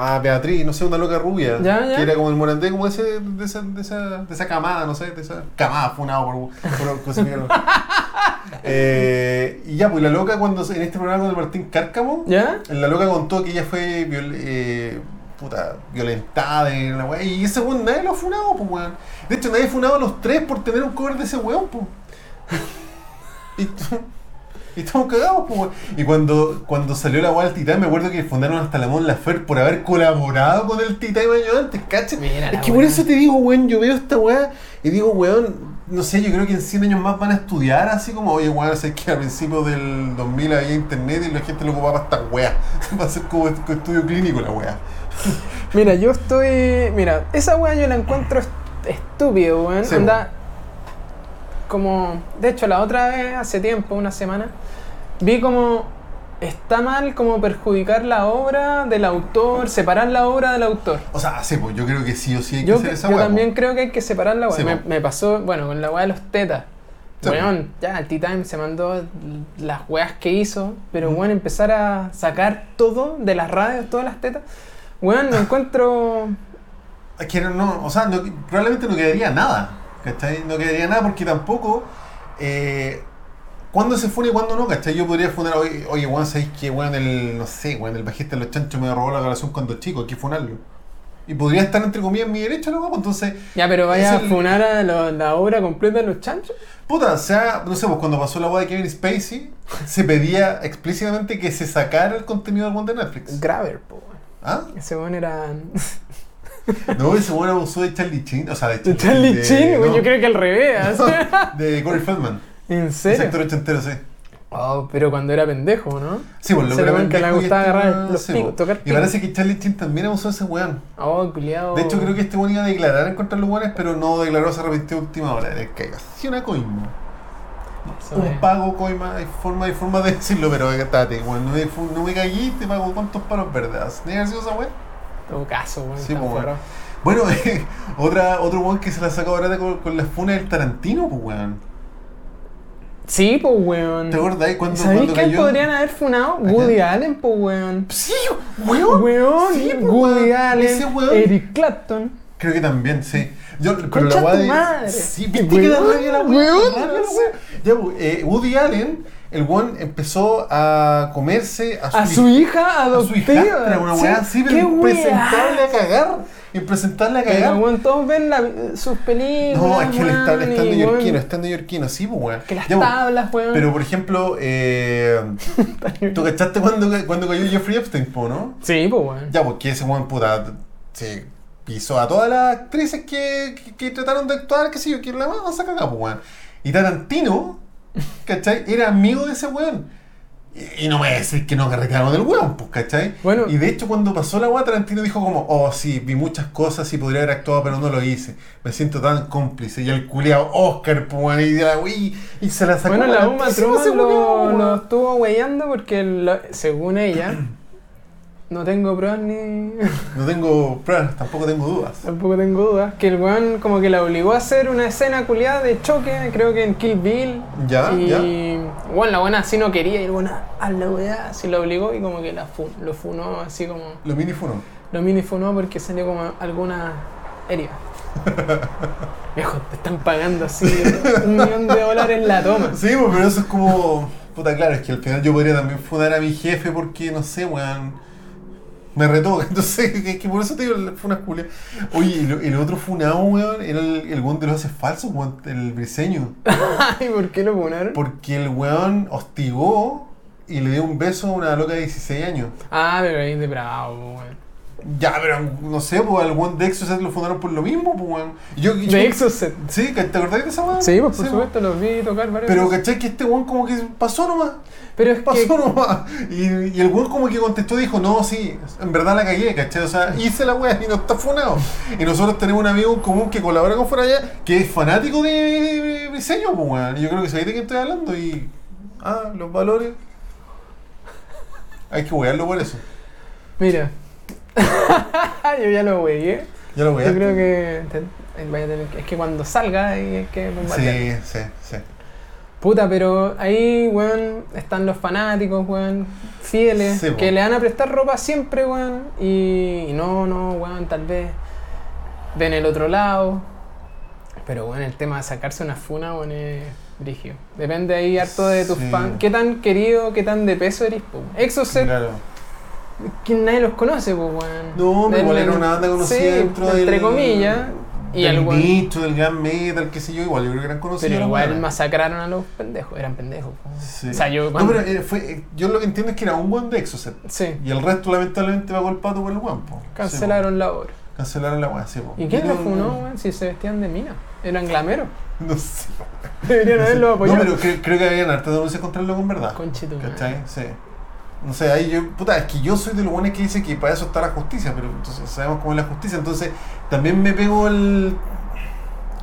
Speaker 1: Ah, Beatriz, no sé, una loca rubia.
Speaker 2: Ya, ya.
Speaker 1: Que era como el morandé, como ese, de, esa, de, esa, de esa camada, no sé, de esa camada funado por, por consumidor. eh, y ya, pues la loca, cuando en este programa con el Martín Cárcamo,
Speaker 2: ¿Ya?
Speaker 1: la loca contó que ella fue viol- eh, puta, violentada en la weá. Y ese weón nadie lo ha funado, pues weón. De hecho, nadie ha funado a los tres por tener un cover de ese weón, pues. Y, t- y estamos cagados, pues weón. Y cuando, cuando salió la weá del Titán, me acuerdo que fundaron hasta la Mon Lafer por haber colaborado con el Titán antes, ¿cachai?
Speaker 2: Mira la
Speaker 1: es que por
Speaker 2: weá.
Speaker 1: eso te digo, weón, yo veo esta weá y digo, weón. No sé, yo creo que en 100 años más van a estudiar así como, oye, weón, sé que a principios del 2000 había internet y la gente lo ocupaba para estas weas. Va a ser como est- estudio clínico la wea.
Speaker 2: Mira, yo estoy. Mira, esa weá yo la encuentro est- estúpido, weón.
Speaker 1: Sí,
Speaker 2: Onda,
Speaker 1: weón.
Speaker 2: Como. De hecho, la otra vez, hace tiempo, una semana, vi como. Está mal como perjudicar la obra del autor, separar la obra del autor.
Speaker 1: O sea, sí, pues yo creo que sí o sí hay que
Speaker 2: Yo,
Speaker 1: hacer esa
Speaker 2: yo
Speaker 1: wea.
Speaker 2: también creo que hay que separar la weá.
Speaker 1: Sí,
Speaker 2: me,
Speaker 1: po.
Speaker 2: me pasó, bueno, con la weá de los tetas.
Speaker 1: Sí, po.
Speaker 2: Weón, ya, el T-Time se mandó las weas que hizo, pero weón, empezar a sacar todo de las radios, todas las tetas. Weón, lo encuentro.
Speaker 1: Es que no- no, o sea, no- probablemente no quedaría nada. ¿Cachai? No quedaría nada porque tampoco. Eh, ¿Cuándo se fue y cuándo no? ¿Cachai? Yo podría fundar, oye, oye weón, ¿sabéis que weón el, no sé, weón, el bajista de los chanchos me robó la relación cuando chico, hay que funarlo. Y podría estar entre comillas en mi derecho, loco, pues, entonces.
Speaker 2: Ya, pero
Speaker 1: Es
Speaker 2: vaya a
Speaker 1: el-
Speaker 2: funar a lo- la obra completa de los chanchos.
Speaker 1: Puta, o sea, no sé, pues cuando pasó la boda de Kevin Spacey, se pedía explícitamente que se sacara el contenido del weón de Netflix.
Speaker 2: Graver, po. weón.
Speaker 1: ¿Ah?
Speaker 2: Ese weón era.
Speaker 1: No, ese weón abusó de Charlie Chin, o sea, de
Speaker 2: De
Speaker 1: Charlie,
Speaker 2: Charlie
Speaker 1: de-
Speaker 2: Chin, weón,
Speaker 1: no,
Speaker 2: yo creo que al revés. así.
Speaker 1: De Corey Feldman,
Speaker 2: ¿En
Speaker 1: ese
Speaker 2: serio?
Speaker 1: actor ochentero, sí.
Speaker 2: Oh, pero cuando era pendejo, ¿no?
Speaker 1: Sí, pues lo
Speaker 2: Ese
Speaker 1: grabé
Speaker 2: weón que
Speaker 1: en
Speaker 2: le
Speaker 1: disco y
Speaker 2: gustaba
Speaker 1: este
Speaker 2: agarrar
Speaker 1: weón,
Speaker 2: los
Speaker 1: sí,
Speaker 2: picos,
Speaker 1: po.
Speaker 2: tocar
Speaker 1: Y
Speaker 2: picos.
Speaker 1: parece que Charlie Chin también abusó de ese weón.
Speaker 2: Oh, culiado.
Speaker 1: De hecho, creo que este weón iba a declarar en contra de los weones, pero no declaró, se arrepintió a última hora. Le cayó así una coima. Un pago coima, hay forma, hay forma de decirlo, pero estate, weón. No me, fu- no me caí, te pago cuántos paros verdes. ¿Ni sido esa weón?
Speaker 2: Todo caso, weón.
Speaker 1: Sí,
Speaker 2: tan
Speaker 1: po, weón.
Speaker 2: forrado.
Speaker 1: Bueno, otra, otro weón que se la sacó ahora con, con las funas del Tarantino, pues weón.
Speaker 2: Sí, pues, weón.
Speaker 1: ¿Te acordáis cuando,
Speaker 2: ¿Sabéis
Speaker 1: cuando
Speaker 2: quién
Speaker 1: cayó?
Speaker 2: podrían haber funado? Woody Allen, pues, weón.
Speaker 1: Sí, weón.
Speaker 2: Weón,
Speaker 1: Sí, pues,
Speaker 2: Woody
Speaker 1: weón.
Speaker 2: Allen,
Speaker 1: Ese weón.
Speaker 2: Eric Clapton.
Speaker 1: Creo que también, sí. Yo, pero
Speaker 2: Concha
Speaker 1: la weá
Speaker 2: tu
Speaker 1: de-
Speaker 2: madre.
Speaker 1: Sí, viste que da
Speaker 2: Weón,
Speaker 1: rabia la weá,
Speaker 2: weón.
Speaker 1: da rabia la weá. Ya, pues, eh, Woody Allen, el weón empezó a comerse a su,
Speaker 2: A su hija
Speaker 1: a su
Speaker 2: adoptiva.
Speaker 1: hijastra, una
Speaker 2: Sí,
Speaker 1: weá así,
Speaker 2: qué
Speaker 1: pero impresentarle
Speaker 2: weá.
Speaker 1: a cagar. Impresentarle a
Speaker 2: Pero,
Speaker 1: cagar.
Speaker 2: weón, todos ven la- sus
Speaker 1: ¿Eh?
Speaker 2: películas.
Speaker 1: No, es que él está,
Speaker 2: weón,
Speaker 1: está
Speaker 2: y,
Speaker 1: neoyorquino,
Speaker 2: weón,
Speaker 1: está neoyorquino, sí, pues, weón.
Speaker 2: Que las
Speaker 1: Ya, pues,
Speaker 2: tablas, weón.
Speaker 1: Pero, por ejemplo, eh, ¿tú cachaste cuando, ca- cuando cayó Jeffrey Epstein, po, no?
Speaker 2: Sí, pues, weón.
Speaker 1: Ya, porque ese weón puta se pisó a todas las actrices que, que, que trataron de actuar, qué sé yo, que la más a cagar, pues, weón. Y Tarantino, ¿cachai? Era amigo de ese weón. Y, y no me decís que no me reclamo del weón, pues, ¿cachai?
Speaker 2: Bueno.
Speaker 1: y de hecho, cuando pasó la weá, Tarantino dijo como, oh, sí, vi muchas cosas y podría haber actuado, pero no lo hice. Me siento tan cómplice. Y el culeado Oscar, pues, weón, y, de la- uy, y se la sacó.
Speaker 2: Bueno, la Uma
Speaker 1: altísima ese
Speaker 2: Thurman lo,
Speaker 1: culiao,
Speaker 2: lo
Speaker 1: weón.
Speaker 2: estuvo weyando porque, lo- según ella, no tengo pruebas ni.
Speaker 1: No tengo pruebas, tampoco tengo dudas.
Speaker 2: Tampoco tengo dudas. Que el weón como que la obligó a hacer una escena culiada de choque, creo que en Kill Bill.
Speaker 1: Ya,
Speaker 2: y,
Speaker 1: ya.
Speaker 2: bueno, la buena así no quería, y el buena a la weá, así la obligó y como que la fu- lo funó, así como.
Speaker 1: Lo mini fueron.
Speaker 2: Lo mini funó porque salió como alguna herida. Viejo, te están pagando así un millón de dólares la toma.
Speaker 1: Sí, pues, pero eso es como. Puta, claro, es que al final yo podría también fundar a mi jefe porque, no sé, weón. Me retó. Entonces, es que por eso te digo, fue una culia. Oye, y lo- el, otro funado, weón, era el, el weón de los haces falsos, weón, el briseño.
Speaker 2: Ay, ¿por qué lo funaron?
Speaker 1: Porque el weón hostigó y le dio un beso a una loca de 16 años.
Speaker 2: Ah, pero ahí de bravo, weón.
Speaker 1: Ya, pero no sé, pues al weón de Exocet lo fundaron por lo mismo, pues, weón. Y Yo, yo-
Speaker 2: De Exocet.
Speaker 1: Sí, ¿te acordás de esa weón?
Speaker 2: Sí, pues por supuesto los vi tocar varios.
Speaker 1: Pero, ¿cachai? Que este weón como que pasó nomás.
Speaker 2: pero es que
Speaker 1: pasó nomás. Y, y el weón como que contestó dijo, no, sí, en verdad la cagué, ¿cachai? O sea, hice la weá y no está funado. Y nosotros tenemos un amigo en común que colabora con Fuera Allá, que es fanático de- de de diseño, pues weón. Y Yo creo que sabéis de quién estoy hablando y... Ah, los valores. Hay que wearlo por eso.
Speaker 2: Mira. yo ya lo wegué.
Speaker 1: Ya lo
Speaker 2: Yo
Speaker 1: weaste.
Speaker 2: creo que te- eh, vaya a tener que- Es que cuando salga ahí es que bombardear.
Speaker 1: Sí, sí, sí.
Speaker 2: Puta, pero ahí, weón, están los fanáticos, weón, fieles,
Speaker 1: Sí, po.
Speaker 2: que le van a prestar ropa siempre, weón. Y, y no, no, weón, tal vez ven el otro lado. Pero, weón, el tema de sacarse una funa, weón, es brígido. Depende ahí harto de tus
Speaker 1: Sí.
Speaker 2: fans. ¿Qué tan querido, qué tan de peso eres, po? Exocet,
Speaker 1: Claro.
Speaker 2: que nadie los conoce, pues, weón.
Speaker 1: No, pero
Speaker 2: Del-
Speaker 1: igual era una banda conocida dentro del...
Speaker 2: Entre comillas. Y
Speaker 1: del
Speaker 2: el weón.
Speaker 1: nicho, del gran metal, qué sé yo, igual yo creo que eran conocidos.
Speaker 2: Pero
Speaker 1: los
Speaker 2: igual
Speaker 1: weones.
Speaker 2: masacraron a los pendejos, eran pendejos. po.
Speaker 1: Sí.
Speaker 2: O sea, yo.
Speaker 1: No,
Speaker 2: cuando-
Speaker 1: pero eh, fue, eh, yo lo que entiendo es que era un buen de Exocet.
Speaker 2: sí,
Speaker 1: Y el resto, lamentablemente, va golpado por el guan, po.
Speaker 2: cancelaron la obra.
Speaker 1: Sí, po. cancelaron la weá, sí, po.
Speaker 2: ¿Y quién
Speaker 1: no-
Speaker 2: los funó, weón? Si se vestían de mina. Eran glameros.
Speaker 1: No sé.
Speaker 2: Deberían
Speaker 1: No, sé.
Speaker 2: haberlo apoyado.
Speaker 1: No, pero cre- creo que habían hartas denuncias contra él con verdad.
Speaker 2: Conchetumare.
Speaker 1: ¿Cachai? Sí. No sé, ahí yo, puta, es que yo soy de los buenos que dice que para eso está la justicia, pero entonces sabemos cómo es la justicia. Entonces, también me pego el.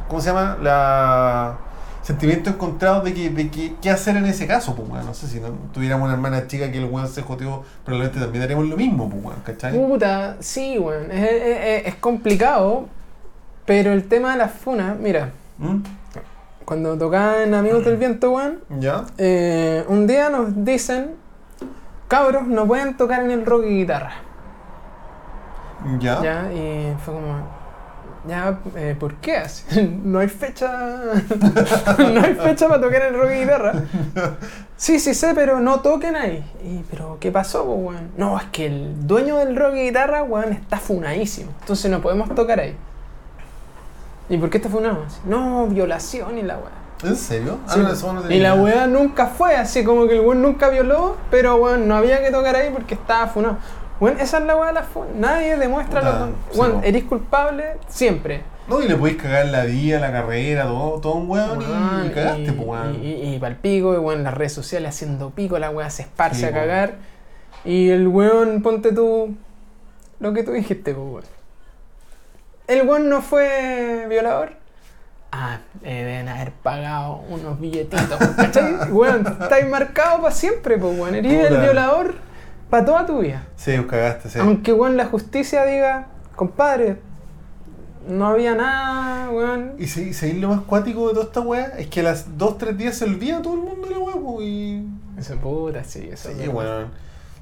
Speaker 1: ¿Cómo se llama? La. Sentimiento encontrado de que, de que qué hacer en ese caso, pues, weón. No sé si no tuviéramos una hermana chica que el weón se joteó, probablemente también haríamos lo mismo, pues, weón, ¿cachai?
Speaker 2: Uh. Puta, sí, weón. Es, es- es- es complicado. Pero el tema de las funas, mira,
Speaker 1: ¿Mm?
Speaker 2: cuando tocaban Amigos del Viento, weón,
Speaker 1: ¿Ya?
Speaker 2: eh, un día nos dicen, cabros, no pueden tocar en el rock y guitarra.
Speaker 1: ¿Ya?
Speaker 2: Ya, y fue como, ya, eh, ¿por qué? así? No hay fecha, no hay fecha para tocar el rock y guitarra. Sí, sí sé, pero no toquen ahí. Y, pero, ¿qué pasó, po, weón? No, es que el dueño del rock y guitarra, weón, está funadísimo. Entonces no podemos tocar ahí. ¿Y por qué está funado? Así, No, violación y la weá.
Speaker 1: ¿En serio? Ah,
Speaker 2: Sí,
Speaker 1: no,
Speaker 2: po.
Speaker 1: eso no tenía
Speaker 2: y la
Speaker 1: idea.
Speaker 2: weá nunca fue, así como que el weón nunca violó, pero weón, no había que tocar ahí porque estaba funado. Weón, esa es la weá de la fun. Nadie demuestra
Speaker 1: Puta,
Speaker 2: la
Speaker 1: sí,
Speaker 2: Weón,
Speaker 1: po.
Speaker 2: eres culpable siempre.
Speaker 1: No, y le podéis cagar la vida, la carrera, todo, todo un weón y,
Speaker 2: Weón,
Speaker 1: y cagaste, pues,
Speaker 2: y,
Speaker 1: weón.
Speaker 2: y, y pa'l pico, y weón, las redes sociales haciendo pico, la weá se esparce
Speaker 1: Sí,
Speaker 2: a
Speaker 1: po.
Speaker 2: cagar. Y el weón, ponte tú lo que tú dijiste, po, weón. El weón no fue violador. Ah, eh, deben haber pagado unos billetitos. ¿Cachai? Weón, estáis marcado para siempre, pues, weón. Eres el
Speaker 1: Puta.
Speaker 2: violador para toda tu vida.
Speaker 1: Sí, os cagaste, sí.
Speaker 2: Aunque, weón, la justicia diga, compadre, no había nada, weón.
Speaker 1: Y seguir lo más cuático de toda esta weá es que a las 2, 3 días se olvida todo el mundo de la weá, po, y.
Speaker 2: Eso puta, sí, eso.
Speaker 1: Sí,
Speaker 2: es verdad.
Speaker 1: weón.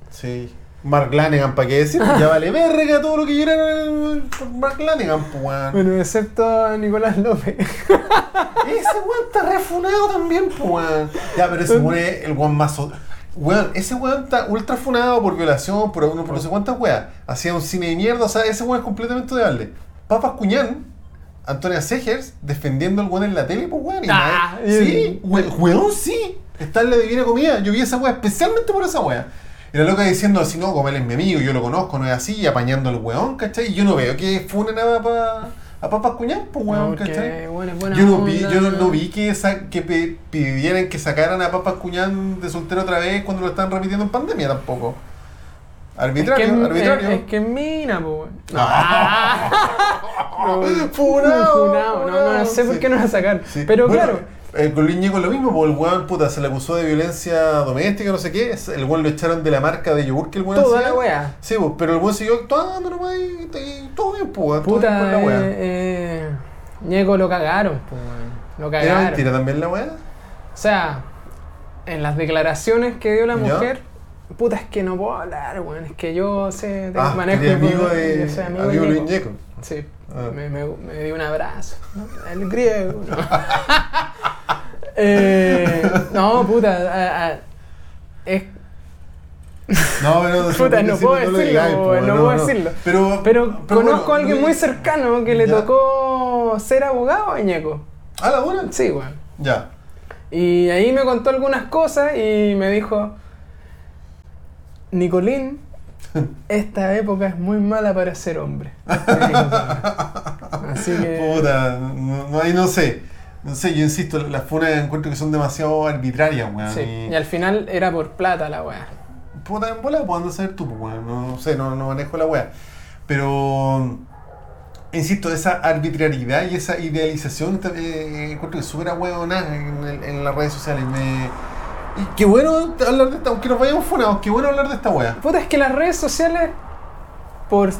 Speaker 1: Sí. Mark Lanegan, ¿para qué decir? Ya vale verga todo lo que lloraron por Mark Lanegan, po, weón.
Speaker 2: Bueno, excepto a Nicolás López.
Speaker 1: Ese weón está refunado también, po, weón. Ya, pero ese weón es el weón más. o- Weón, ese weón está ultra funado por violación, por, por no sé cuántas weas. Hacía un cine de mierda, o sea, ese weón es completamente odiable. Papas Cuñán, Antonia Segers, defendiendo al weón en la tele, pues weón. y
Speaker 2: Ah,
Speaker 1: nadie-
Speaker 2: y-
Speaker 1: sí, we- weón, sí. Está en la divina comida. Yo vi esa wea especialmente por esa wea. Y la loca diciendo así, no, como él es mi amigo, yo lo conozco, no es así, y apañando al weón, ¿cachai? Y yo no veo que funen a, Papa- a Papas Cuñán, pues weón,
Speaker 2: Porque,
Speaker 1: ¿cachai?
Speaker 2: weón, es buena
Speaker 1: Yo no vi,
Speaker 2: onda.
Speaker 1: yo no, no vi que, sa- que pe- pidieran que sacaran a Papas Cuñán de soltero otra vez cuando lo están repitiendo en pandemia tampoco. Arbitrario,
Speaker 2: es que, eh,
Speaker 1: arbitrario. Ah,
Speaker 2: Es, es que Ah, es mina, po, weón.
Speaker 1: No.
Speaker 2: No,
Speaker 1: Funado,
Speaker 2: funado, No, no
Speaker 1: funado,
Speaker 2: sé por
Speaker 1: sí.
Speaker 2: qué no la sacaron.
Speaker 1: Sí.
Speaker 2: Pero
Speaker 1: Bueno,
Speaker 2: claro,
Speaker 1: El Coliñe con lo mismo, porque el weón puta se le acusó de violencia doméstica, no sé qué. es- El weón lo echaron de la marca de yogur que el weón
Speaker 2: toda
Speaker 1: hacía.
Speaker 2: la wea.
Speaker 1: Sí, pues, pero el weón siguió actuando nomás y, y todo bien, pues, weón, todo bien con
Speaker 2: Puta,
Speaker 1: la wea.
Speaker 2: eh, eh, Ñeco lo cagaron, po, weón. Lo
Speaker 1: ¿Era
Speaker 2: cagaron.
Speaker 1: mentira también la weá?
Speaker 2: O sea, en las declaraciones que dio la
Speaker 1: ¿Ya?
Speaker 2: mujer, puta, es que no puedo hablar, weón. Es que yo sé, tengo-
Speaker 1: Ah,
Speaker 2: manejo.
Speaker 1: quería amigo
Speaker 2: yo-
Speaker 1: de,
Speaker 2: yo soy amigo de
Speaker 1: amigo
Speaker 2: Ñeco.
Speaker 1: Luis Ñeco.
Speaker 2: Sí,
Speaker 1: Ah.
Speaker 2: me, me, me dio un abrazo. ¿no? El griego. ¿no? Eh, no, puta. a- a- es-
Speaker 1: No, pero si
Speaker 2: Puta,
Speaker 1: lo
Speaker 2: no
Speaker 1: decís,
Speaker 2: puedo
Speaker 1: lo
Speaker 2: decirlo,
Speaker 1: digáis,
Speaker 2: po,
Speaker 1: po,
Speaker 2: no puedo decirlo.
Speaker 1: Pero,
Speaker 2: pero,
Speaker 1: pero
Speaker 2: conozco
Speaker 1: bueno,
Speaker 2: a alguien
Speaker 1: no-
Speaker 2: muy cercano que le
Speaker 1: Ya.
Speaker 2: tocó ser abogado a Ñeco.
Speaker 1: Ah, la buena.
Speaker 2: Sí, weón.
Speaker 1: Ya.
Speaker 2: Y ahí me contó algunas cosas y me dijo, Nicolín, esta época es muy mala para ser hombre. Me dijo, Así que...
Speaker 1: Puta, no, no- ahí no sé. No sé, yo insisto, las funas encuentro que son demasiado arbitrarias, weón.
Speaker 2: sí.
Speaker 1: y-
Speaker 2: Y al final era por plata la weá.
Speaker 1: Puta, en bola, puedo saber tú, pues, weón. No, no sé, no, no manejo la weá. Pero. Insisto, esa arbitrariedad y esa idealización ta- eh, encuentro que es súper ahueonada en, el- en las redes sociales. Me... Y qué bueno hablar de esta, aunque nos vayamos funados, qué bueno hablar de esta weá.
Speaker 2: Puta, es que las redes sociales, por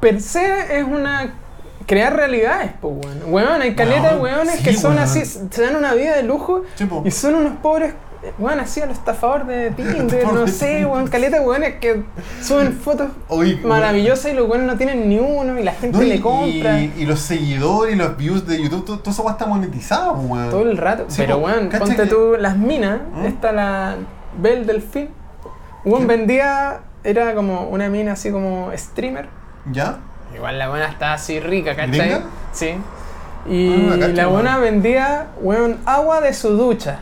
Speaker 2: per se, es una. crear realidades, po, weón. Weón, hay caleta de
Speaker 1: Weón,
Speaker 2: weones
Speaker 1: sí,
Speaker 2: que son
Speaker 1: weón.
Speaker 2: así, se dan una vida de lujo
Speaker 1: Sí, po.
Speaker 2: y son unos pobres. Weón, así a los estafadores de Tinder, no sé, weón. Caleta de weones que suben fotos
Speaker 1: Hoy, weón,
Speaker 2: maravillosas y los weones no tienen ni uno y la gente
Speaker 1: No, y-
Speaker 2: le compra.
Speaker 1: Y, y los seguidores y los views de YouTube, todo, todo esa weá está monetizada, pues, weón.
Speaker 2: Todo el rato.
Speaker 1: Sí,
Speaker 2: Pero
Speaker 1: po,
Speaker 2: weón,
Speaker 1: cacha
Speaker 2: ponte
Speaker 1: que-
Speaker 2: tú las minas.
Speaker 1: ¿Mm?
Speaker 2: Esta la Bel Delfín. Weón vendía. Era como una mina así como streamer.
Speaker 1: ¿Ya?
Speaker 2: Igual la buena está así rica, ¿cachai?
Speaker 1: ¿Gringa?
Speaker 2: Sí. Y
Speaker 1: Ah, la cacho,
Speaker 2: la buena
Speaker 1: weón.
Speaker 2: vendía, weón, agua de su ducha.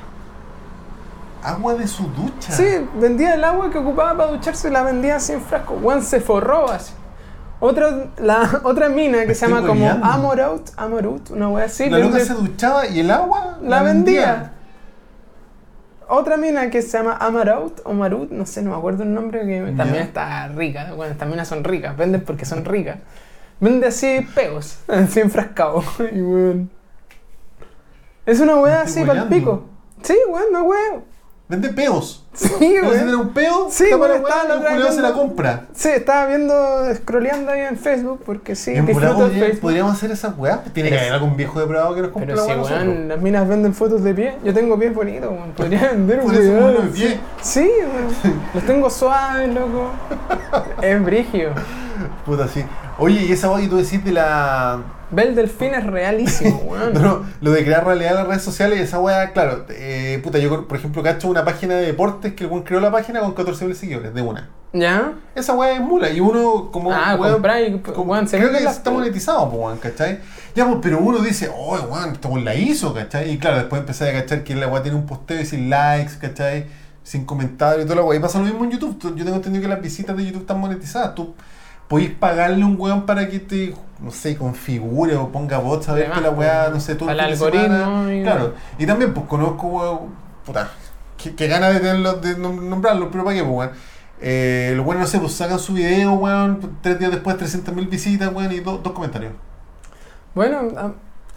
Speaker 1: Agua de su ducha.
Speaker 2: Sí, vendía el agua que ocupaba para ducharse y la vendía así en frasco. Weón se forró así. Otra, la, otra mina que se
Speaker 1: estoy
Speaker 2: llama como
Speaker 1: hueveando.
Speaker 2: Amorout, Amorout, una wea así.
Speaker 1: La loca
Speaker 2: vende-
Speaker 1: se duchaba y el agua
Speaker 2: la vendía. Otra mina que se llama Amaraut o Marut, no sé, no me acuerdo el nombre, que también
Speaker 1: Ya.
Speaker 2: está rica. Bueno, estas minas son ricas, venden porque son ricas. Vende así pegos, así enfrascados. Y weón. Es una weá
Speaker 1: Estoy
Speaker 2: así para el
Speaker 1: hueando.
Speaker 2: pico. Sí, weón, no weo.
Speaker 1: Vende peos.
Speaker 2: Sí,
Speaker 1: Pero si tiene
Speaker 2: weón.
Speaker 1: un peo,
Speaker 2: Sí,
Speaker 1: tapa la
Speaker 2: bueno, estaba
Speaker 1: weá y
Speaker 2: la
Speaker 1: un culiao se la
Speaker 2: trayendo.
Speaker 1: compra.
Speaker 2: Sí, estaba viendo, scrolleando ahí en Facebook porque sí,
Speaker 1: En volada
Speaker 2: disfruto el
Speaker 1: podría-
Speaker 2: Facebook.
Speaker 1: podríamos hacer esas weas. Tiene que
Speaker 2: Pero
Speaker 1: haber algún viejo depravado que nos compre
Speaker 2: Pero
Speaker 1: la
Speaker 2: si,
Speaker 1: weá. a nosotros.
Speaker 2: weón, las minas venden fotos de pie. Yo tengo pies bonitos, weón. Podría vender
Speaker 1: pues. Por eso
Speaker 2: weón.
Speaker 1: uno de pie.
Speaker 2: Sí, weón. Los tengo suaves, loco. Es brigio.
Speaker 1: Puta, sí. Oye, y esa weá que tú decís de la.
Speaker 2: Bel Delfín es realísimo, weón.
Speaker 1: No, no, lo de crear realidad en las redes sociales y esa weá, claro. eh, puta, yo por ejemplo cacho una página de deportes que el weón creó la página con 14.000 seguidores de una.
Speaker 2: ¿Ya?
Speaker 1: Esa weá es mula. Y uno como.
Speaker 2: Ah,
Speaker 1: weón,
Speaker 2: comprar y, weón, se
Speaker 1: creo
Speaker 2: venden
Speaker 1: que
Speaker 2: las-
Speaker 1: está monetizado, po, weón, ¿cachai? Ya, pues, pero uno dice, oh, weón, esta weón la hizo, ¿cachai? Y claro, después empecé a cachar que la weá tiene un posteo y sin likes, ¿cachai? Sin comentarios y toda la weá. Y pasa lo mismo en YouTube. Tú- Yo tengo entendido que las visitas de YouTube están monetizadas. Tú podéis pagarle a un weón para que te, no sé, configure o ponga bots a ver
Speaker 2: Además,
Speaker 1: que la weá,
Speaker 2: pues,
Speaker 1: no sé, todo
Speaker 2: al
Speaker 1: fin de
Speaker 2: algoritmo
Speaker 1: semana.
Speaker 2: y-
Speaker 1: Claro. Y también, pues, conozco, weón, puta, que, que gana de, tenerlo, de nom- nombrarlo, pero ¿para qué, pues, weón? Eh, los weones, no sé, pues sacan su video, weón, pues, tres días después 300.000 visitas, weón, y do- dos comentarios.
Speaker 2: Bueno, a-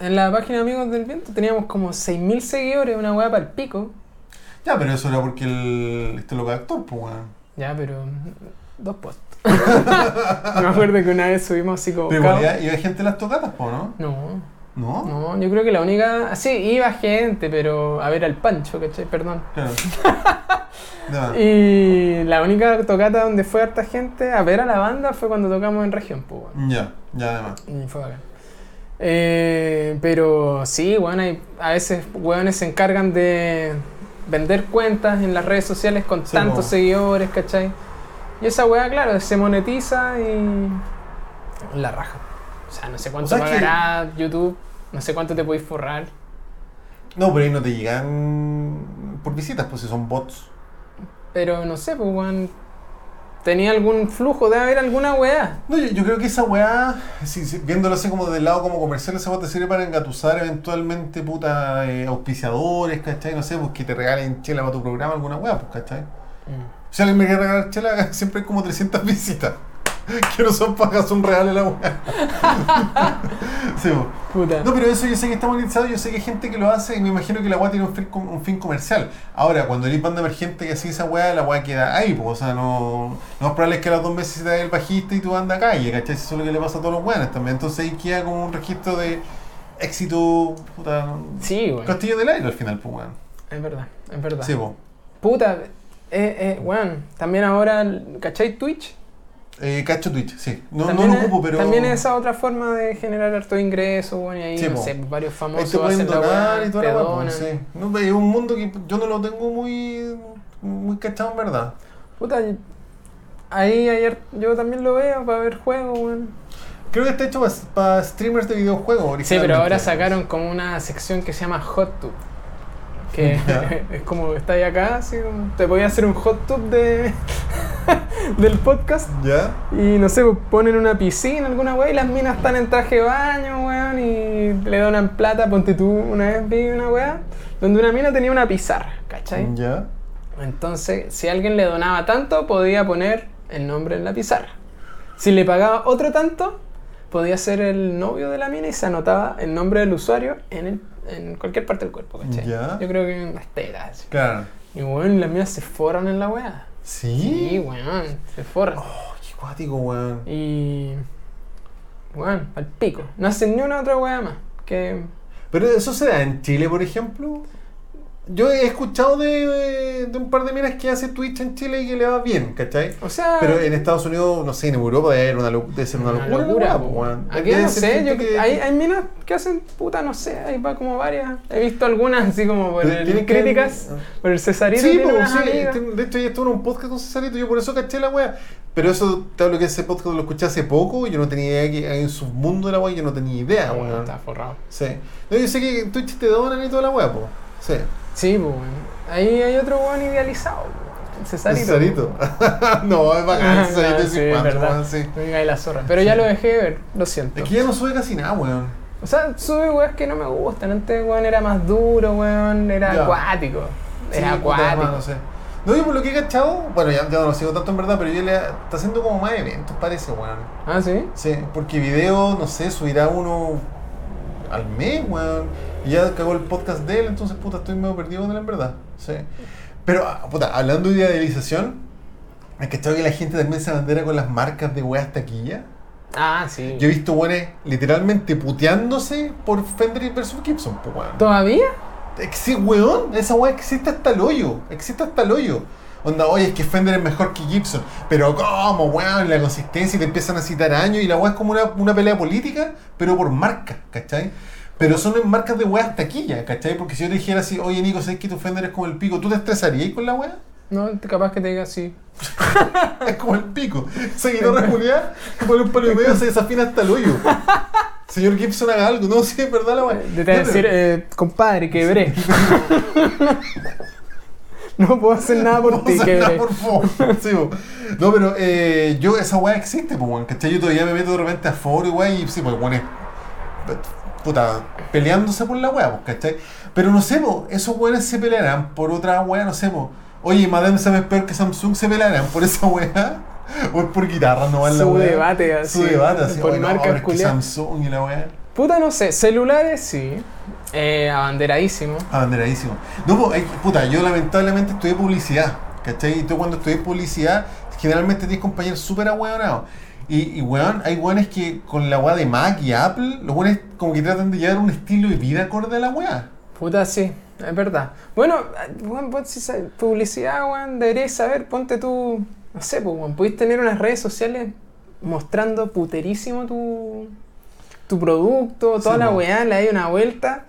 Speaker 2: en la página de Amigos del Viento teníamos como 6.000 seguidores, una weá para el pico.
Speaker 1: Ya, pero eso era porque el, este loco es actor, pues, weón.
Speaker 2: Ya, pero mm, dos posts. me acuerdo que una vez subimos así como.
Speaker 1: Pero
Speaker 2: cada-
Speaker 1: igual iba- iba gente a las tocatas, po, ¿no?
Speaker 2: No,
Speaker 1: ¿No?
Speaker 2: no, yo creo que la única. Sí, iba gente, pero a ver al pancho, ¿cachai? Perdón.
Speaker 1: Claro. No.
Speaker 2: Y la única tocata donde fue harta gente a ver a la banda fue cuando tocamos en Región, pues, weón.
Speaker 1: Ya, ya además.
Speaker 2: Y fue bacán. Eh, pero sí, bueno, hay, a veces weones se encargan de vender cuentas en las redes sociales con
Speaker 1: Sí,
Speaker 2: tantos
Speaker 1: po.
Speaker 2: seguidores, ¿cachai? Y esa weá, claro, se monetiza y la raja. O sea, no sé cuánto
Speaker 1: O sea, es que-
Speaker 2: pagará YouTube, no sé cuánto te podéis forrar.
Speaker 1: No, pero ahí no te llegan por visitas, pues si son bots.
Speaker 2: Pero no sé, pues weón, tenía algún flujo, debe haber alguna weá.
Speaker 1: No, yo, yo creo que esa weá, si, si- viéndolo así como del lado como comercial, esa weá te sirve para engatusar eventualmente puta eh, auspiciadores, ¿cachai? No sé, pues que te regalen chela para tu programa, alguna weá, pues, ¿cachai? Si alguien me quiere regalar chela, siempre hay como 300 visitas. Que no son pagas, son reales la weá. sí, pues.
Speaker 2: Puta.
Speaker 1: No, pero eso yo sé que está monetizado, yo sé que hay gente que lo hace y me imagino que la weá tiene un fin, com- un fin comercial. Ahora, cuando eres banda emergente que así esa weá, la weá queda ahí, pues, o sea, no, no es probable que a los dos meses se te dé el bajista y tu banda calle, ¿cachai? Eso es lo que le pasa a todos los weones también. Entonces ahí queda como un registro de éxito, puta,
Speaker 2: Sí, weón.
Speaker 1: castillo del aire al final, pues, weón.
Speaker 2: Es verdad, es verdad.
Speaker 1: Sí, pues.
Speaker 2: Puta, eh, eh, weón, también ahora, ¿cachai Twitch?
Speaker 1: Eh, cacho Twitch, sí. No, no
Speaker 2: también
Speaker 1: lo
Speaker 2: es-
Speaker 1: ocupo, pero.
Speaker 2: También es esa otra forma de generar harto ingreso, weón, y ahí,
Speaker 1: Sí,
Speaker 2: no
Speaker 1: po.
Speaker 2: sé, varios
Speaker 1: Ahí te
Speaker 2: famosos
Speaker 1: pueden
Speaker 2: hacen la
Speaker 1: donar
Speaker 2: weá,
Speaker 1: y toda
Speaker 2: te
Speaker 1: la weá,
Speaker 2: donan.
Speaker 1: pues, sí. No, es un mundo que yo no lo tengo muy, muy cachado en verdad.
Speaker 2: Puta, y- ahí ayer yo también lo veo para ver juegos, weón.
Speaker 1: Creo que está hecho para streamers de videojuegos.
Speaker 2: Sí,
Speaker 1: originalmente.
Speaker 2: pero ahora sacaron como una sección que se llama Hot Tub. Que
Speaker 1: Ya.
Speaker 2: es como, estáis acá, así como, te voy a hacer un Hot Tub de, del podcast.
Speaker 1: ¿Ya?
Speaker 2: Y no sé, pues, ponen una piscina, alguna weá, y las minas están en traje de baño, weón, y le donan plata. Ponte tú, una vez vi una weá, donde una mina tenía una pizarra, ¿cachai?
Speaker 1: Mm, ¿Ya?
Speaker 2: Entonces, si alguien le donaba tanto, podía poner el nombre en la pizarra. Si le pagaba otro tanto, podía ser el novio de la mina y se anotaba el nombre del usuario en, el- en cualquier parte del cuerpo, ¿cachai?
Speaker 1: Ya.
Speaker 2: Yo creo que en las telas.
Speaker 1: Claro.
Speaker 2: Y weón, las minas se forran en la weá. Sí,
Speaker 1: ¿Sí?
Speaker 2: weón, se forran.
Speaker 1: Oh, qué cuático, weón.
Speaker 2: Y. Bueno, al pico. No hacen ni una otra weá más. Que.
Speaker 1: ¿Pero eso se da en Chile, por ejemplo? Yo he escuchado de, de un par de minas que hace Twitch en Chile y que le va bien, ¿cachai?
Speaker 2: O sea.
Speaker 1: Pero en Estados Unidos, no sé, en Europa debe, haber una locu- debe ser una
Speaker 2: una
Speaker 1: locura.
Speaker 2: locura,
Speaker 1: weón,
Speaker 2: po,
Speaker 1: weón.
Speaker 2: Aquí
Speaker 1: Debe
Speaker 2: no
Speaker 1: ser
Speaker 2: sé,
Speaker 1: gente
Speaker 2: yo,
Speaker 1: que-
Speaker 2: hay, hay minas que hacen puta, no sé, hay va como varias. He visto algunas así como por
Speaker 1: Tienen que-
Speaker 2: el críticas, por el Cesarito.
Speaker 1: Sí,
Speaker 2: tiene
Speaker 1: po,
Speaker 2: unas
Speaker 1: sí,
Speaker 2: amigas.
Speaker 1: ten- de hecho ya estuvo en un podcast con Cesarito, yo por eso caché la wea. Pero eso, te hablo que ese podcast lo escuché hace poco, yo no tenía idea que hay un submundo de la wea, yo no tenía idea,
Speaker 2: Ah, bueno,
Speaker 1: weón.
Speaker 2: está forrado.
Speaker 1: Sí. No, yo sé que en Twitch te donan y toda la wea, po. Sí.
Speaker 2: Sí, pues bueno. Ahí hay otro weón idealizado, po, el Cesarito.
Speaker 1: Cesarito. no, es bacán, Cesarito
Speaker 2: No,
Speaker 1: es
Speaker 2: sí,
Speaker 1: igual,
Speaker 2: verdad.
Speaker 1: weón, sí.
Speaker 2: Me cae la zorra. Pero ya lo dejé de ver, lo siento.
Speaker 1: Es que ya no sube casi nada, weón.
Speaker 2: O sea, sube weas que no me gustan. Antes, weón, era más duro, weón, era
Speaker 1: Ya.
Speaker 2: acuático. Era
Speaker 1: Sí, puta,
Speaker 2: acuático.
Speaker 1: No sé. No, yo por lo que he cachado, bueno, ya, ya no lo sigo tanto en verdad, pero yo le está haciendo como más eventos, parece, weón.
Speaker 2: Ah, sí.
Speaker 1: Sí, porque video, no sé, subirá uno al mes, weón. Y ya cagó el podcast de él, entonces, puta, estoy medio perdido con él, en verdad. Sí. Pero, ah, puta, hablando de idealización, es que que la gente también se bandera con las marcas de weas taquilla.
Speaker 2: Ah, sí.
Speaker 1: Yo he visto weones literalmente puteándose por Fender vs Gibson, pues, weón.
Speaker 2: ¿Todavía?
Speaker 1: Sí, weón, esa weá existe hasta el hoyo. Existe hasta el hoyo. Onda, oye, es que Fender es mejor que Gibson. Pero ¿cómo, weón? La consistencia y te empiezan a citar años y la weá es como una, una pelea política, pero por marcas, ¿cachai? Pero son en marcas de weas taquilla, ¿cachai? Porque si yo te dijera así, oye Nico, ¿sabes que tu Fender es como el pico? ¿Tú te estresarías con la weá?
Speaker 2: No, te- capaz que te diga sí.
Speaker 1: Es como el pico. Esa guitarra culiada, que pone un palo y medio, se desafina hasta el hoyo. Señor Gibson, haga algo. No, sí, es verdad la weá.
Speaker 2: De te
Speaker 1: No,
Speaker 2: decir,
Speaker 1: pero-
Speaker 2: eh, compadre, quebré. no puedo hacer nada por
Speaker 1: No,
Speaker 2: ti,
Speaker 1: o sea,
Speaker 2: quebré.
Speaker 1: no, por favor. Sí, po. no, pero eh, yo, esa weá existe, pues, weón. ¿Cachai? Yo todavía me meto de repente a foro y weá, y sí, pues, weón, es- puta, peleándose por la weá, pues, ¿cachai? Pero no sé, po, esos weones se pelearán por otra weá, no sé, po. Oye, Madame sabes peor que Samsung, se pelearán por esa weá. O es por guitarra, no es la
Speaker 2: Su
Speaker 1: weá.
Speaker 2: debate, así,
Speaker 1: Su debate, así.
Speaker 2: por
Speaker 1: oye, no,
Speaker 2: marcas
Speaker 1: pero es que
Speaker 2: culiadas.
Speaker 1: Samsung y la weá.
Speaker 2: Puta, no sé. Celulares, sí. Eh, abanderadísimo.
Speaker 1: pues, Abanderadísimo. No, po, eh, puta, yo lamentablemente estudié publicidad, ¿cachai? Y tú cuando estudié publicidad, generalmente tienes compañeros súper ahueonados. Y, y weón, hay weones que con la weá de Mac y Apple, los weones como que tratan de llevar un estilo de vida acorde a la weá.
Speaker 2: Puta, sí, es verdad. Bueno, weón, vos si sabes- publicidad, weón, deberías saber, ponte tú, no sé, pues, weón, podéis tener unas redes sociales mostrando puterísimo tu, tu producto, toda
Speaker 1: Sí, pues.
Speaker 2: la
Speaker 1: po.
Speaker 2: weá, le hay una vuelta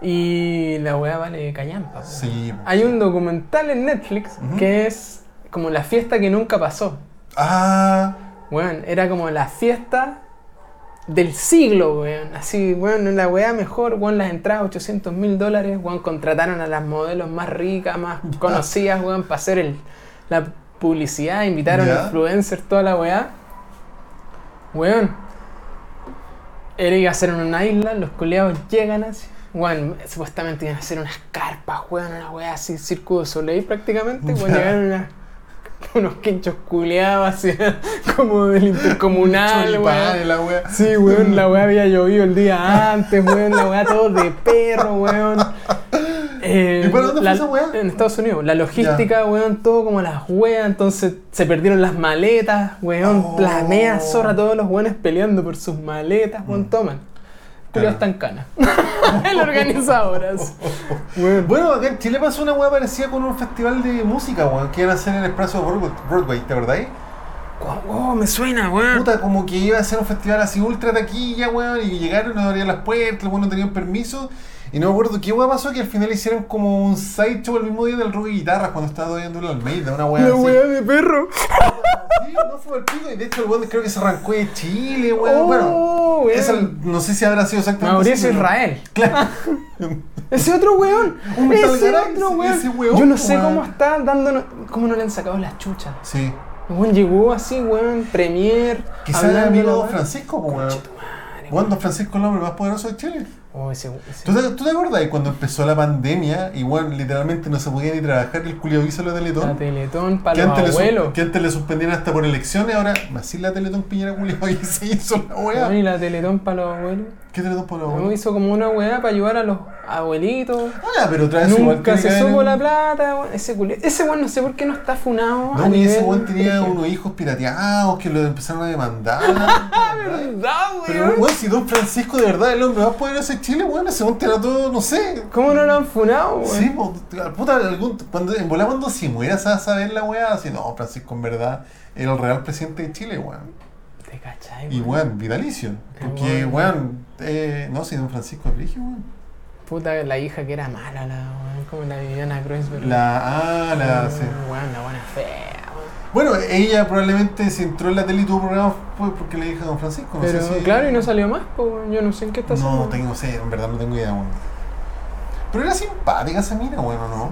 Speaker 2: y la weá vale cañampa. po.
Speaker 1: Sí.
Speaker 2: Hay un documental en Netflix
Speaker 1: Ujú.
Speaker 2: que es como la fiesta que nunca pasó.
Speaker 1: Ah,
Speaker 2: Weón, era como la fiesta del siglo, weón. Así, weón, la weá mejor, weón, las entradas 800 mil dólares, weón, contrataron a las modelos más ricas, más conocidas, weón, para hacer el, la publicidad, invitaron
Speaker 1: Ya.
Speaker 2: influencers, toda la weá. Weón, era iba a hacer en una isla, los culeados llegan así. Weón, supuestamente iban a hacer unas carpas, weón, una weá así, circo de soleil prácticamente, weón,
Speaker 1: Ya.
Speaker 2: llegaron unas- unos quinchos culeados así, como del intercomunal,
Speaker 1: choripán,
Speaker 2: weón.
Speaker 1: la weá.
Speaker 2: Sí, weón, la weá había llovido el día antes, weón, la weá todo de perro, weón. Eh,
Speaker 1: ¿Y para dónde fue
Speaker 2: la-
Speaker 1: esa weá?
Speaker 2: En Estados Unidos. La logística, weón, todo como las weas, entonces se perdieron las maletas, weón,
Speaker 1: Oh.
Speaker 2: la mea zorra, todos los weones peleando por sus maletas, weón, toman. Culeos
Speaker 1: Mm. Claro.
Speaker 2: tan canas. El organizador, así. Weón.
Speaker 1: Bueno, acá en Chile pasó una weá parecida con un festival de música, weón, que iban a hacer en el Expreso Broadway, Broadway, ¿te acordáis?
Speaker 2: Guau, guau, ¡oh, me suena, weón.
Speaker 1: Puta, como que iba a ser un festival así ultra taquilla, weón, y llegaron, nos abrían las puertas, los weones no tenían permiso. Y no me acuerdo qué weá pasó, que al final hicieron como un side show el mismo día del rock y guitarras cuando estaba todavía Andrés Almeida, una weá
Speaker 2: la
Speaker 1: así.
Speaker 2: weá de perro.
Speaker 1: Sí, no fue el pico, y de hecho el weón creo que se arrancó de Chile, weón.
Speaker 2: Oh,
Speaker 1: bueno,
Speaker 2: weón.
Speaker 1: es el- no sé si habrá sido exactamente
Speaker 2: Mauricio
Speaker 1: así, pero-
Speaker 2: Israel.
Speaker 1: Claro.
Speaker 2: Ese otro weón.
Speaker 1: Un tal
Speaker 2: ese
Speaker 1: Garay,
Speaker 2: otro
Speaker 1: ese-
Speaker 2: weón.
Speaker 1: ese weón,
Speaker 2: Yo no sé
Speaker 1: weón.
Speaker 2: cómo está dándonos. ¿Cómo no le han sacado las chuchas?
Speaker 1: sí.
Speaker 2: Weón llegó así, weón. Premier.
Speaker 1: Quizás
Speaker 2: hablando
Speaker 1: era amigo
Speaker 2: la
Speaker 1: de Don
Speaker 2: weá.
Speaker 1: Francisco, pues,
Speaker 2: Conche
Speaker 1: weón.
Speaker 2: tu madre,
Speaker 1: Weón, Don Francisco es el hombre más poderoso de Chile.
Speaker 2: Oh, ese, ese-
Speaker 1: ¿Tú te, ¿Tú te acuerdas de cuando empezó la pandemia y, weón, literalmente no se podía ni trabajar el culiado hizo la
Speaker 2: La
Speaker 1: Teletón?
Speaker 2: Teletón para
Speaker 1: Que
Speaker 2: los
Speaker 1: antes, le,
Speaker 2: abuelos.
Speaker 1: su- que antes le suspendían hasta por elecciones, ahora más si la Teletón Piñera culiado y se hizo la
Speaker 2: Weón,
Speaker 1: weá. Ah,
Speaker 2: y la Teletón para los abuelos.
Speaker 1: ¿Qué Teletón por
Speaker 2: Weón,
Speaker 1: ahora?
Speaker 2: hizo como una weá para ayudar a los abuelitos.
Speaker 1: Ah, pero otra vez igual
Speaker 2: Nunca
Speaker 1: tiene que
Speaker 2: se
Speaker 1: haber
Speaker 2: supo
Speaker 1: un-
Speaker 2: la plata. weón. Ese culé. Ese weón no sé por qué no está funado. a
Speaker 1: No, y ese
Speaker 2: nivel-
Speaker 1: weón tenía unos hijos pirateados que lo empezaron a demandar.
Speaker 2: ¿Verdad,
Speaker 1: Pero, weón, si Don Francisco de verdad es el hombre más poderoso de Chile, weón, ese weón era todo, no sé.
Speaker 2: ¿Cómo no lo han funado, weón?
Speaker 1: Sí, po, puta, algún, cuando, en volá cuando si muera se va a saber la weá, así, no, Francisco en verdad era el real presidente de Chile, weón.
Speaker 2: Te cachai,
Speaker 1: Y weón, vitalicio. Porque,
Speaker 2: Weón.
Speaker 1: weón, eh, no, si Don Francisco es brígido, weón.
Speaker 2: Puta, la hija que era mala, la weón, como la Viviana Kreuzberg.
Speaker 1: La, ah, la,
Speaker 2: Mm,
Speaker 1: sí.
Speaker 2: Weón, la buena fea, weón.
Speaker 1: Bueno, ella probablemente se entró en la tele y tuvo programas fue porque le dijo a Don Francisco, no
Speaker 2: Pero
Speaker 1: sé si...
Speaker 2: claro, y no salió más, pues weón. Yo no sé en qué está
Speaker 1: No,
Speaker 2: haciendo.
Speaker 1: no tengo, sé, en verdad no tengo idea, weón. Pero era simpática esa mina, weón, ¿o ¿no?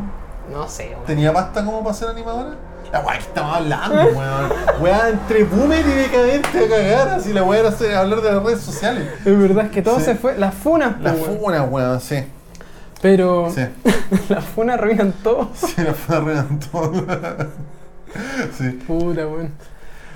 Speaker 2: No sé, weón.
Speaker 1: ¿Tenía pasta como para ser animadora? La weá que estamos hablando, weón. Weá entre boomer y decadente a cagar, así la weá era hacer- hablar de las redes sociales.
Speaker 2: Es verdad es que todo
Speaker 1: Sí.
Speaker 2: se fue. Las funas,
Speaker 1: La
Speaker 2: po, weón.
Speaker 1: funa, weón, sí.
Speaker 2: Pero
Speaker 1: Sí,
Speaker 2: las funas arruinan todo.
Speaker 1: sí, la funa reventó. Sí.
Speaker 2: Puta, weón.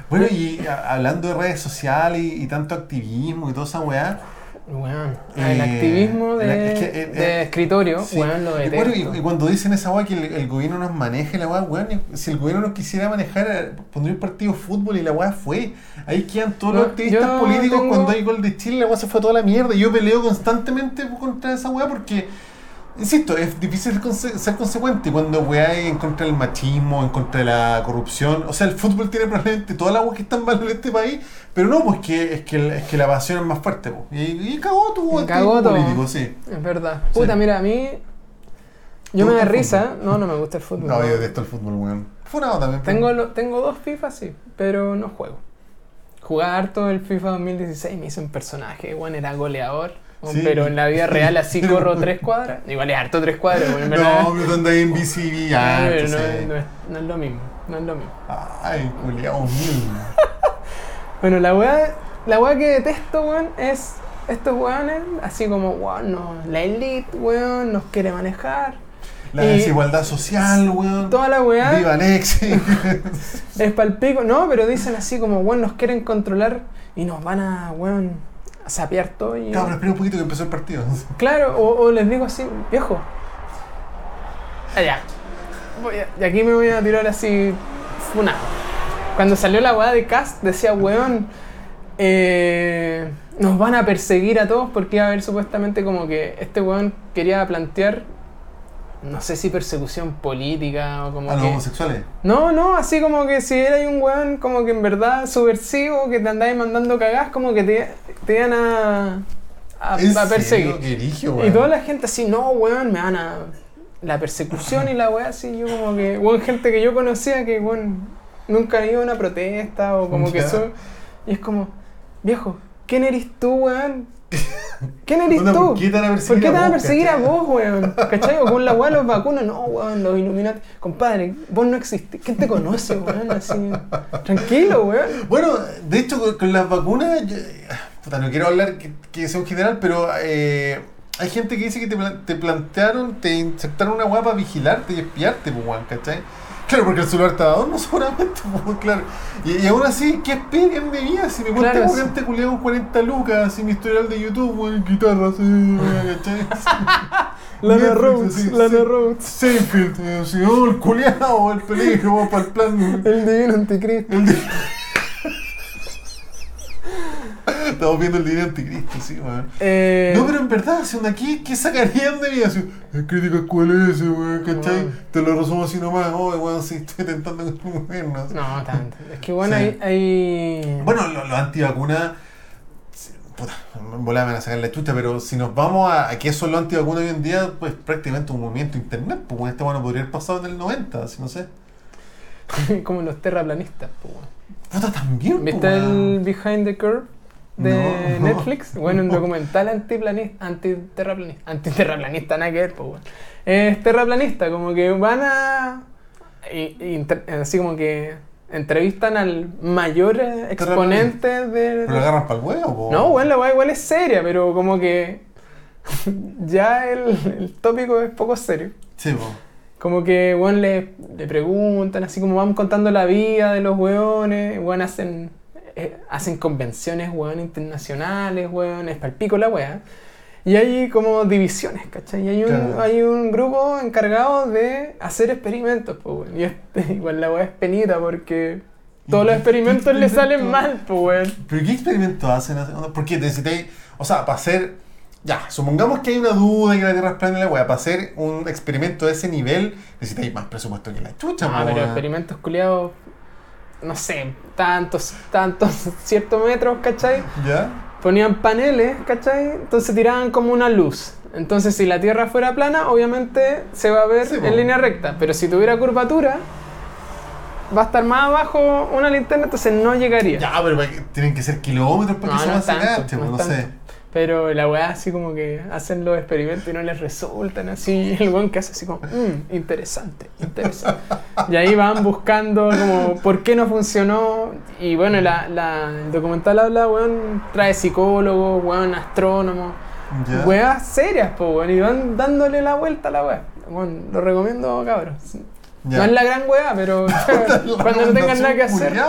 Speaker 1: Bueno, y a- hablando de redes sociales y, y tanto activismo y toda esa weá.
Speaker 2: Weón.
Speaker 1: Eh,
Speaker 2: el activismo de,
Speaker 1: la- es que, eh,
Speaker 2: de
Speaker 1: eh,
Speaker 2: escritorio,
Speaker 1: sí.
Speaker 2: weón, lo
Speaker 1: Y, bueno, y-
Speaker 2: detesto.
Speaker 1: y cuando dicen esa weá que el, el gobierno nos maneje la weá, weón, y- si el gobierno nos quisiera manejar, eh, pondría un partido de fútbol y la weá fue. Ahí quedan todos
Speaker 2: No,
Speaker 1: los activistas
Speaker 2: yo
Speaker 1: políticos
Speaker 2: tengo-
Speaker 1: cuando hay gol de Chile, la weá se fue a toda la mierda. Yo peleo constantemente contra esa weá porque, insisto, es difícil conse- ser consecuente cuando weá hay en contra del machismo, en contra de la corrupción. O sea, el fútbol tiene probablemente toda la weá que está mal en este país, pero no, pues que, es, que, el- es que la pasión es más fuerte. po. Y, y cagó tu
Speaker 2: Y cagó
Speaker 1: activismo
Speaker 2: todo.
Speaker 1: político, sí.
Speaker 2: Es verdad.
Speaker 1: Sí.
Speaker 2: Puta, mira, a mí.
Speaker 1: ¿Te
Speaker 2: Yo me
Speaker 1: gusta
Speaker 2: da
Speaker 1: el
Speaker 2: risa. No, no me gusta el fútbol.
Speaker 1: No,
Speaker 2: weón.
Speaker 1: yo detesto el fútbol, weón. Funado también. pero-
Speaker 2: Tengo, lo- tengo dos FIFA, sí, pero no juego. Jugaba harto el FIFA 2016, me hice un personaje, bueno, era goleador. weón,
Speaker 1: Sí.
Speaker 2: Pero en la vida real así corro tres cuadras. Igual es harto tres cuadras, weón, en verdad.
Speaker 1: No, pero tú andas en
Speaker 2: No,
Speaker 1: BCB,
Speaker 2: no,
Speaker 1: entonces...
Speaker 2: no es, no es lo mismo, no es lo mismo.
Speaker 1: eh. Ay, culiao mío.
Speaker 2: Bueno, la weá, la weá que detesto, weón, es estos weones, así como, weón, no, la elite, weón, nos quiere manejar.
Speaker 1: La
Speaker 2: Y-
Speaker 1: desigualdad social, weón.
Speaker 2: Toda la weá.
Speaker 1: Viva Alexi.
Speaker 2: Es palpico, no, pero dicen así como, weón, nos quieren controlar y nos van a, weón, a sapear todo y...
Speaker 1: Cabrón, espera un poquito que empezó el partido.
Speaker 2: Claro, o, o les digo así, viejo. Ah, Allá. Voy a- y aquí me voy a tirar así funado. Cuando salió la weá de Cast, decía, weón, eh, nos van a perseguir a todos porque iba a haber supuestamente como que este weón quería plantear, no sé si persecución política o como
Speaker 1: a los
Speaker 2: que...
Speaker 1: homosexuales.
Speaker 2: No, no, así como que si eres un weón como que en verdad subversivo, que te andáis mandando cagás, como que te, te iban a, a,
Speaker 1: ¿En
Speaker 2: a perseguir.
Speaker 1: serio? Qué erigio,
Speaker 2: Y
Speaker 1: weón.
Speaker 2: toda la gente así, no, weón, me van a... La persecución y la weá así, yo como que, weón, gente que yo conocía que, weón, nunca han ido a una protesta o como que
Speaker 1: Ya.
Speaker 2: son... Y es como, viejo, ¿quién eres tú, weón? ¿Quién eres
Speaker 1: Onda,
Speaker 2: tú?
Speaker 1: ¿por qué te van a perseguir
Speaker 2: ¿Por
Speaker 1: a
Speaker 2: qué te van a
Speaker 1: vos,
Speaker 2: perseguir a
Speaker 1: cachai?
Speaker 2: vos, weón? ¿Cachai? O con la weá los vacunos, no, weón, los Illuminati. Compadre, vos no existís. ¿Quién te conoce, weón? Así, tranquilo, weón.
Speaker 1: Bueno, de hecho, con, con las vacunas, yo- puta, no quiero hablar que, que sea un general, pero eh, hay gente que dice que te, plan- te plantearon, te insertaron una guapa para vigilarte y espiarte, pues, weón, ¿cachai? Claro, porque el celular estaba adorno, seguramente, pues, weón, claro. Y, y aún así, ¿qué esperan de mí? Si me cuentan
Speaker 2: Claro,
Speaker 1: como
Speaker 2: sí.
Speaker 1: que antes culeaban 40 lucas, y mi historial de YouTube, weón, guitarra, sí, weón, ¿cachai?
Speaker 2: Lana
Speaker 1: Netflix,
Speaker 2: Rhodes,
Speaker 1: así,
Speaker 2: Lana
Speaker 1: sí.
Speaker 2: Rhodes.
Speaker 1: Seinfeld, eh, sí, oh, el culeado, el peligro, vamos para el plan.
Speaker 2: El divino anticristo.
Speaker 1: El di- Estamos viendo el dinero anticristo, sí, weón.
Speaker 2: Eh,
Speaker 1: No, pero en verdad, si onda aquí, ¿qué sacarían de mí? Así, el crítico cuál es,
Speaker 2: Ah.
Speaker 1: weón, ¿cachai?
Speaker 2: Weón.
Speaker 1: Te lo resumo así nomás, oh, weón, sí, estoy tentando con tu mujer, no sé.
Speaker 2: No, tanto. Es que bueno,
Speaker 1: Sí.
Speaker 2: hay, hay-
Speaker 1: Bueno, lo- los antivacunas, sí, puta, en volada me van a sacar la chucha, pero si nos vamos a, a qué son los antivacunas hoy en día, pues prácticamente un movimiento internet, pues bueno, este bueno podría haber pasado en el 90, así no sé.
Speaker 2: como los terraplanistas. po, weón.
Speaker 1: Puta, también, pues,
Speaker 2: ¿Viste
Speaker 1: weón.
Speaker 2: el Behind the Curve
Speaker 1: No,
Speaker 2: de
Speaker 1: no,
Speaker 2: Netflix? Bueno, un
Speaker 1: no.
Speaker 2: documental antiplanista, antiterraplanista, antiterraplanista, nada que ver, po, weón. Es terraplanista, como que van a... y- y inter- así como que entrevistan al mayor eh, exponente de...
Speaker 1: ¿Pero lo agarran para el huevo, po.
Speaker 2: No, bueno, la weá igual es seria, pero como que ya el, el tópico es poco serio.
Speaker 1: Sí, po.
Speaker 2: Como que, weón, le, le preguntan, así como vamos contando la vida de los weones, weón, hacen, eh, hacen convenciones, weón, internacionales, weón, es palpico la wea. Y hay como divisiones, ¿cachai? Y hay un,
Speaker 1: Claro.
Speaker 2: hay un grupo encargado de hacer experimentos, pues, weón. Y este, igual la wea es penita porque todos los experimentos le salen mal, pues, weón.
Speaker 1: ¿Pero qué experimento hacen? Porque necesitáis, o sea, para hacer,
Speaker 2: Ah,
Speaker 1: ya, supongamos que hay una duda y que la Tierra es plana y la weá, para hacer un experimento de ese nivel necesitáis más presupuesto que la chucha,
Speaker 2: No,
Speaker 1: po,
Speaker 2: Ah, pero
Speaker 1: weá.
Speaker 2: experimentos culiados, no sé, tantos, tantos, ciertos metros, ¿cachai?
Speaker 1: ¿Ya?
Speaker 2: Ponían paneles, ¿cachai? Entonces tiraban como una luz. Entonces, si la Tierra fuera plana, obviamente se va a ver
Speaker 1: Sí, po.
Speaker 2: en línea recta. Pero si tuviera curvatura, va a estar más abajo una linterna, entonces no llegaría.
Speaker 1: Ya, pero para que- tienen que ser kilómetros para que
Speaker 2: No,
Speaker 1: eso
Speaker 2: no
Speaker 1: más
Speaker 2: es tanto,
Speaker 1: sacaste,
Speaker 2: no
Speaker 1: po,
Speaker 2: es
Speaker 1: no,
Speaker 2: tanto.
Speaker 1: sé.
Speaker 2: Pero la weá, así como que hacen los experimentos y no les resultan. Así el weón que hace así como, "Mm, interesante, interesante. y ahí van buscando como, ¿por qué no funcionó? Y bueno, la, la- el documental habla, weón, trae psicólogos, weón, astrónomos,
Speaker 1: ¿Ya?
Speaker 2: weas serias, po, weón, y van dándole la vuelta a la weá. Bueno, lo recomiendo, cabros.
Speaker 1: ya.
Speaker 2: No es la gran weá, pero cuando no tengan nada que hacer.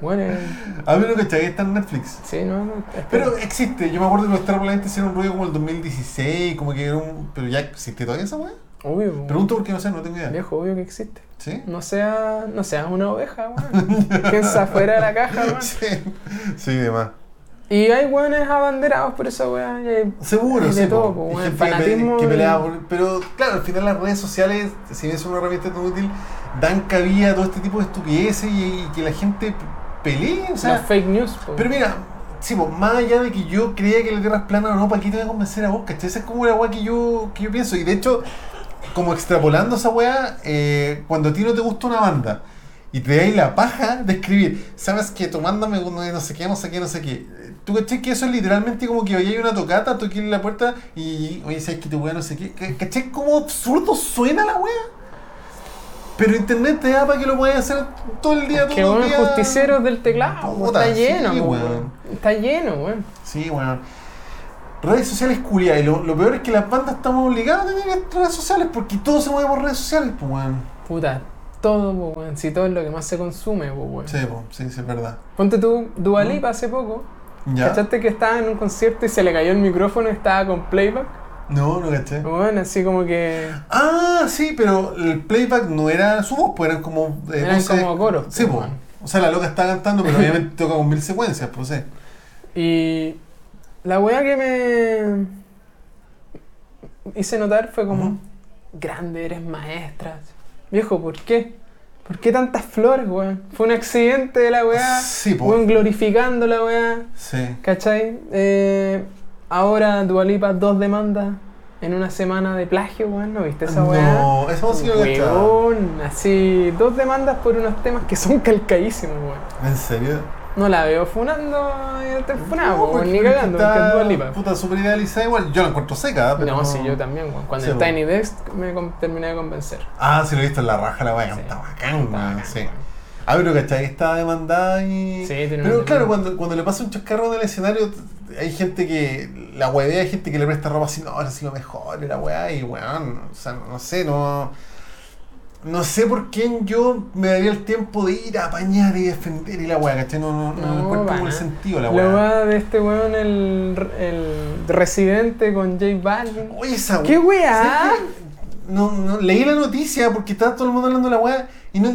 Speaker 2: Bueno, eh,
Speaker 1: A ver lo que chavía está en Netflix.
Speaker 2: sí, no, no.
Speaker 1: Pero existe, yo me acuerdo que los terraplanistas hicieron un ruido como el 2016, como que era un... Pero ya existe todavía esa weá.
Speaker 2: obvio, po,
Speaker 1: Pregunto porque no sé, no tengo idea.
Speaker 2: viejo, obvio que existe.
Speaker 1: ¿Sí?
Speaker 2: No sea, no seas una oveja, weón. Piensa fuera de la caja, weón.
Speaker 1: Sí, sí, demás.
Speaker 2: Y hay weones abanderados por esa weá. y hay-
Speaker 1: Seguro,
Speaker 2: Hay de
Speaker 1: sí.
Speaker 2: todo,
Speaker 1: po.
Speaker 2: po,
Speaker 1: Hay
Speaker 2: weón.
Speaker 1: gente que pe-
Speaker 2: Fanatismo
Speaker 1: que
Speaker 2: y-
Speaker 1: pelea por- Pero claro, al final las redes sociales, si bien son una herramienta tan útil, dan cabida a todo este tipo de estupideces y, y que la gente pelee. O
Speaker 2: las
Speaker 1: sea,
Speaker 2: fake news, po.
Speaker 1: pero mira, sí, po, más allá de que yo crea que la Tierra es plana o no, ¿para qué te voy a convencer a vos? ¿Cachai? Esa es como la weá que yo, que yo pienso. Y de hecho, como extrapolando esa weá, eh, cuando a ti no te gusta una banda y te dais la paja de escribir, sabes que tu banda me no no sé qué, no sé qué, no sé qué. ¿Tú cachai que eso es literalmente como que hoy hay una tocata, toqué en la puerta y oye, sabes que tu weá no sé qué? ¿Ca- ¿Cachai cómo absurdo suena la weá? Pero internet te da para que lo puedas hacer todo el día,
Speaker 2: que
Speaker 1: todo el
Speaker 2: weón,
Speaker 1: día.
Speaker 2: justicieros del teclado, po,
Speaker 1: Puta,
Speaker 2: Está lleno,
Speaker 1: sí,
Speaker 2: po,
Speaker 1: weón.
Speaker 2: weón. Está lleno, weón.
Speaker 1: Sí, weón. Redes sociales culiadas. Y lo, lo peor es que las bandas estamos obligadas a tener redes sociales porque todo se mueve por redes sociales, pues, weón.
Speaker 2: Puta, todo, po, weón. Si todo es lo que más se consume, po, weón.
Speaker 1: Sí, pues, sí, sí, es verdad.
Speaker 2: Ponte tú, Dualipa hace poco.
Speaker 1: ¿Ya?
Speaker 2: ¿Cachaste que estaba en un concierto y se le cayó el micrófono y estaba con playback?
Speaker 1: No, no caché.
Speaker 2: Weón, así como que.
Speaker 1: Ah, sí, pero el playback no era su voz, pues eran como. eh,
Speaker 2: Eran
Speaker 1: voces-
Speaker 2: como coros,
Speaker 1: Sí,
Speaker 2: pues,
Speaker 1: pues.
Speaker 2: weón.
Speaker 1: O sea, la loca está cantando, pero obviamente toca con mil secuencias, pues sé.
Speaker 2: Y la weá que me hice notar fue como,
Speaker 1: Ujú.
Speaker 2: grande, eres maestra. Viejo, ¿por qué? ¿Por qué tantas flores, weón? Fue un accidente de la weá.
Speaker 1: Sí, po.
Speaker 2: weón glorificando la weá.
Speaker 1: Sí.
Speaker 2: ¿Cachai? Eh, ahora Dualipa dos demandas en una semana de plagio, weón. ¿No viste esa weá?
Speaker 1: No, esa música que está.
Speaker 2: Weón, así, dos demandas por unos temas que son calcaísimos, weón.
Speaker 1: ¿En serio?
Speaker 2: No la veo funando, eh, te funamos,
Speaker 1: porque
Speaker 2: weón, ni cagando, porque es Dua Lipa.
Speaker 1: Está, puta, súper idealizada igual. Yo la encuentro seca, ¿eh? pero.
Speaker 2: No, sí, yo también, weón. Cuando
Speaker 1: Sí,
Speaker 2: el
Speaker 1: weón.
Speaker 2: Tiny Desk me con- terminé de convencer.
Speaker 1: Ah, sí, lo he visto en la raja, la weá.
Speaker 2: Sí.
Speaker 1: Está bacán,
Speaker 2: Está
Speaker 1: weón.
Speaker 2: bacán,
Speaker 1: Sí.
Speaker 2: weón.
Speaker 1: Ah, pero cachai, está demandada y.
Speaker 2: Sí, tiene
Speaker 1: pero claro,
Speaker 2: una demanda.
Speaker 1: cuando, cuando le pasa un chascarro en el escenario, hay gente que. La huevea, hay gente que le presta ropa así, no, ahora sí lo mejor, y la weá, y weón, o sea, no sé, no. No sé por quién yo me daría el tiempo de ir a apañar y defender y la weá, ¿cachai? No, no, no,
Speaker 2: No,
Speaker 1: le encuentro como
Speaker 2: pana.
Speaker 1: el sentido a la
Speaker 2: La
Speaker 1: weá.
Speaker 2: weá de este weón, el, el residente con J Balvin.
Speaker 1: Oye, esa
Speaker 2: ¡Qué weá!
Speaker 1: ¿Sabes qué? No, no, leí la noticia porque estaba todo el mundo hablando de la weá y no,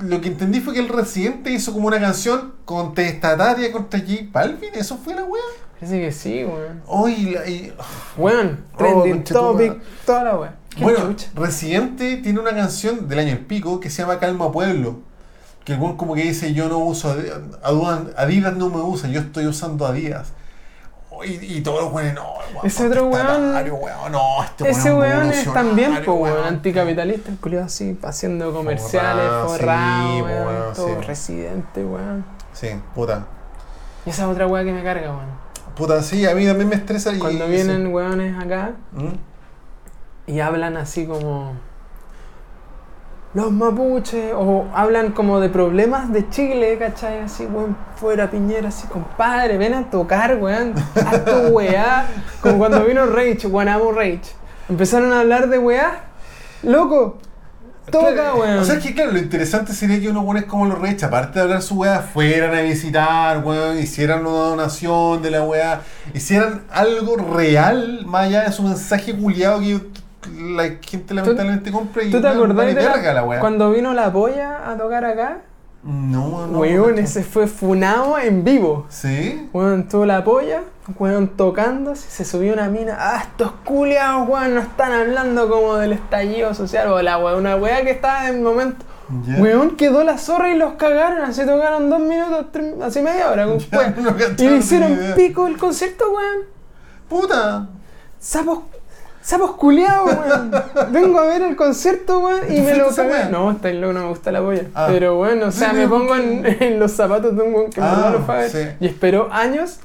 Speaker 1: lo que entendí fue que el residente hizo como una canción contestataria contra J Balvin, eso fue la weá.
Speaker 2: Parece que sí, weón.
Speaker 1: Hoy la- y-
Speaker 2: Weón,
Speaker 1: Oh,
Speaker 2: trending
Speaker 1: conchetumare.
Speaker 2: topic, toda la weá. Qué
Speaker 1: bueno,
Speaker 2: chucha.
Speaker 1: Residente tiene una canción del año el pico que se llama Calma Pueblo. Que el weón como que dice yo no uso Adi- Adidas, Adidas no me usa, yo estoy usando Adidas. Oh, Y, y todos los weones, no, el weón
Speaker 2: Ese otro weón-
Speaker 1: contestatario, weón, no, este
Speaker 2: Ese weón es
Speaker 1: revolucionario,
Speaker 2: también, po, weón,
Speaker 1: weón.
Speaker 2: anticapitalista, el culiao así, haciendo comerciales,
Speaker 1: Forrado,
Speaker 2: forrado,
Speaker 1: sí, po,
Speaker 2: weón,
Speaker 1: weón,
Speaker 2: todo
Speaker 1: sí.
Speaker 2: residente, weón.
Speaker 1: Sí, puta.
Speaker 2: Y esa es otra weá que me carga, weón.
Speaker 1: Puta, sí, a mí también me estresa y...
Speaker 2: Cuando
Speaker 1: y-
Speaker 2: vienen
Speaker 1: sí.
Speaker 2: weones acá
Speaker 1: ¿Mm?
Speaker 2: y hablan así como. Los mapuches, o hablan como de problemas de Chile, ¿cachai? Así, weón, fuera Piñera, así, compadre, ven a tocar, weón, a tu weá. Como cuando vino Rage, weón, amo Rage. Empezaron a hablar de weá, loco, toca,
Speaker 1: Claro,
Speaker 2: weón.
Speaker 1: O sea, es que claro, lo interesante sería que unos buenos como los reyes, aparte de hablar su weá, fueran a visitar, weón, hicieran una donación de la weá, hicieran algo real, más allá de su mensaje culiado que la gente lamentablemente compra y
Speaker 2: ¿Tú te
Speaker 1: weón,
Speaker 2: acordás
Speaker 1: vale
Speaker 2: de la-
Speaker 1: verga la weá.
Speaker 2: cuando vino la polla a tocar acá?
Speaker 1: No, no.
Speaker 2: weón,
Speaker 1: no.
Speaker 2: ese fue funado en vivo.
Speaker 1: ¿Sí?
Speaker 2: Weón, tuvo la polla, weón tocando, así, se subió una mina. Ah, estos culiados, weón, no están hablando como del estallido social o la weón, una weá que estaba en el momento.
Speaker 1: Ya.
Speaker 2: Weón quedó la zorra y los cagaron, así tocaron dos minutos, tres- así media hora, con
Speaker 1: Ya,
Speaker 2: weón.
Speaker 1: no cacharon
Speaker 2: Y le hicieron
Speaker 1: ni idea.
Speaker 2: pico el concierto, weón.
Speaker 1: Puta.
Speaker 2: Sapos. Sapos culiados, weón. Vengo a ver el concierto, weón, y
Speaker 1: ¿Tú
Speaker 2: me lo
Speaker 1: fuiste a esa
Speaker 2: cagué.
Speaker 1: weá?
Speaker 2: No, está loco, no me gusta la polla.
Speaker 1: Ah.
Speaker 2: Pero bueno, o sea, me pongo en, en los zapatos de un weón que en
Speaker 1: Ah,
Speaker 2: verdad lo fue a ver.
Speaker 1: sí.
Speaker 2: Y esperó años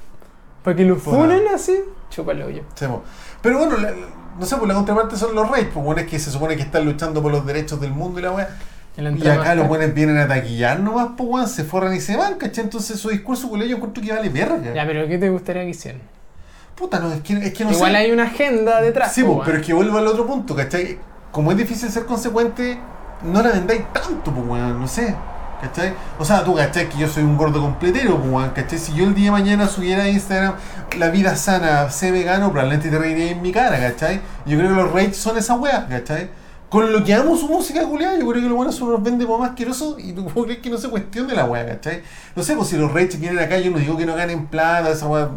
Speaker 2: para que lo
Speaker 1: Puta.
Speaker 2: funen así. Chúpalo yo.
Speaker 1: Sí, po. Pero bueno, la- la- no sé, pues la contraparte son los reyes, pues bueno, es que se supone que están luchando por los derechos del mundo y la weá. Y acá los buenos vienen a taquillar nomás, pues weón, se forran y se van, ¿cachai? Entonces su discurso con ellos encuentro que vale verga.
Speaker 2: Ya, pero ¿qué te gustaría que hicieran?
Speaker 1: Puta, no, es que, es que no
Speaker 2: Igual
Speaker 1: sé.
Speaker 2: hay una agenda detrás.
Speaker 1: Sí,
Speaker 2: po,
Speaker 1: pues,
Speaker 2: weón.
Speaker 1: pero es que vuelvo al otro punto, ¿cachai? Como es difícil ser consecuente, no la vendáis tanto, pues weón, no sé. ¿Cachai? O sea, tú, ¿cachai? Que yo soy un gordo completero, pues weón, ¿cachai? Si yo el día de mañana subiera a Instagram la vida sana, sé vegano, probablemente te reiría en mi cara, ¿cachai? Yo creo que los raids son esa weá, ¿cachai? Con lo que amo su música, culiada, yo creo que los buenos son unos vende más asquerosos y tú crees que no se cuestione la weá, ¿cachai? No sé, pues si los raids vienen acá, yo no digo que no ganen plata, esa weá,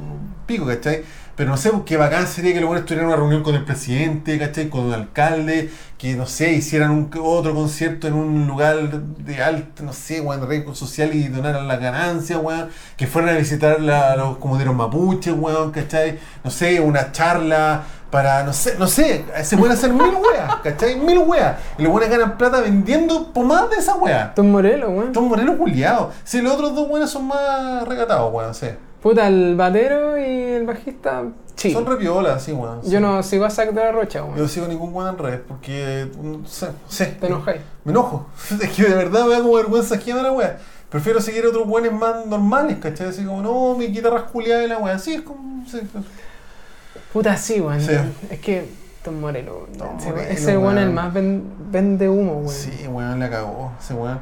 Speaker 1: pico, ¿cachai? Pero no sé, pues, qué bacán sería que los buenos tuvieran una reunión con el presidente, ¿cachai? Con el alcalde, que no sé, hicieran un, otro concierto en un lugar de alto, no sé, weón, riesgo social y donaran las ganancias, weón. Que fueran a visitar la- a los comuneros mapuches, weón, ¿cachai? No sé, una charla para, no sé, no sé, se pueden hacer mil weas, ¿cachai? Mil weas. Y los buenos ganan plata vendiendo pomadas de esas weas.
Speaker 2: Tom Morello, weón.
Speaker 1: Estos morenos culiados. Si los otros dos buenos son más recatados, weón, sí.
Speaker 2: Puta, el batero y el bajista. Sí.
Speaker 1: Son repiolas, sí, weón. sí.
Speaker 2: Yo no sigo a Zac de la Rocha,
Speaker 1: Yo
Speaker 2: weón.
Speaker 1: no sigo ningún weón en redes porque. No sé, no sé.
Speaker 2: Te enojáis.
Speaker 1: Me enojo. Es que de verdad me da como vergüenza ajena la wea. Prefiero seguir a otros weones más normales, ¿cachai? Así como, no, mi guitarra es culiada de la wea. Así es como. sí, sí.
Speaker 2: Puta, sí, weón.
Speaker 1: Sí.
Speaker 2: Es que Tom Morello, weón.
Speaker 1: Tom
Speaker 2: Ese-
Speaker 1: Morello,
Speaker 2: ese weón es el
Speaker 1: weón.
Speaker 2: más ven- vende humo, weón.
Speaker 1: Sí, weón, la cagó ese weón.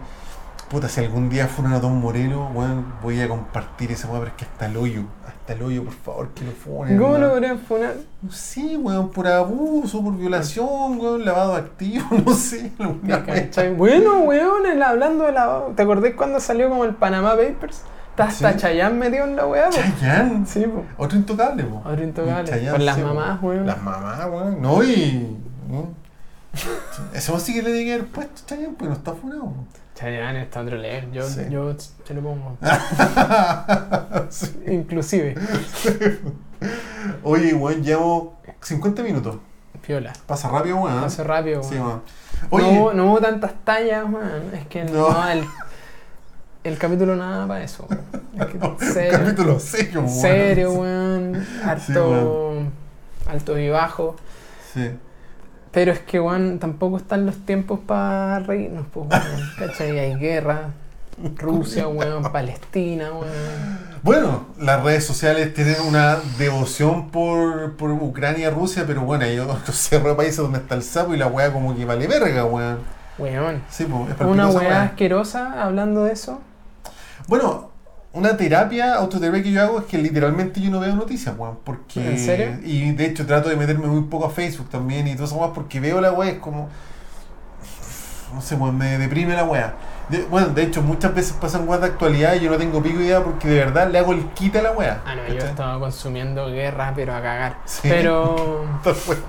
Speaker 1: Puta, si algún día funan a Don Moreno, weón, voy a compartir esa weón, pero es que hasta el hoyo, hasta el hoyo, por favor, que lo funen.
Speaker 2: ¿Cómo lo
Speaker 1: weón.
Speaker 2: podrían funar?
Speaker 1: No sé, weón, por abuso, por violación, weón, lavado activo, no sé, alguna
Speaker 2: Me
Speaker 1: weá.
Speaker 2: cachai. Bueno, weón, el- hablando de la. ¿Te acordás cuando salió como el Panama Papers? Está hasta
Speaker 1: Sí.
Speaker 2: Chayanne metido en la weá, po.
Speaker 1: Chayanne,
Speaker 2: Sí, po.
Speaker 1: otro intocable, po.
Speaker 2: Otro intocable.
Speaker 1: Chayanne,
Speaker 2: Por las
Speaker 1: sí, po.
Speaker 2: mamás, weón.
Speaker 1: Las mamás, weón, no, y... weón. Eso sí que le tiene que haber puesto Chayanne, porque no está funado, po.
Speaker 2: Chayanne está otro leer. Yo,
Speaker 1: Sí. Ah,
Speaker 2: yo se lo pongo.
Speaker 1: Sí.
Speaker 2: Inclusive,
Speaker 1: Oye, weón, llevo 50 minutos.
Speaker 2: piola.
Speaker 1: Pasa rápido, weón. ¿eh?
Speaker 2: Hace rápido, weón.
Speaker 1: Sí, weón.
Speaker 2: No
Speaker 1: Oye,
Speaker 2: hubo- no, hubo tantas tallas, man. Es que
Speaker 1: No.
Speaker 2: no, el, el capítulo nada para eso. weón. Es que,
Speaker 1: un
Speaker 2: serio,
Speaker 1: capítulo serio, weón.
Speaker 2: serio, weón. Harto, alto y bajo.
Speaker 1: Sí.
Speaker 2: Pero es que, weón, tampoco están los tiempos para reírnos, pues, weón. ¿Cachai? Hay guerra. Rusia, weón. Palestina, weón.
Speaker 1: Bueno, las redes sociales tienen una devoción por, por Ucrania, Rusia, pero bueno, hay otros cerros de países donde está el sapo y la weá como que vale verga, weón.
Speaker 2: Weón.
Speaker 1: Sí, pues, es
Speaker 2: Una
Speaker 1: palpitosa,
Speaker 2: weá
Speaker 1: weón.
Speaker 2: asquerosa hablando de eso.
Speaker 1: Bueno, una terapia, autoterapia que yo hago es que literalmente yo no veo noticias, weón. Porque,
Speaker 2: ¿En serio?
Speaker 1: Y de hecho trato de meterme muy poco a Facebook también y todo eso, weón, porque veo la weá, es como. No sé, weón, me deprime la weá. De- bueno, de hecho, muchas veces pasan weas de actualidad y yo no tengo pico idea porque de verdad le hago el quita a la weá.
Speaker 2: Ah, no, yo
Speaker 1: ¿cachai?
Speaker 2: estaba consumiendo guerra, pero a cagar.
Speaker 1: Sí.
Speaker 2: Pero.
Speaker 1: Esta weá.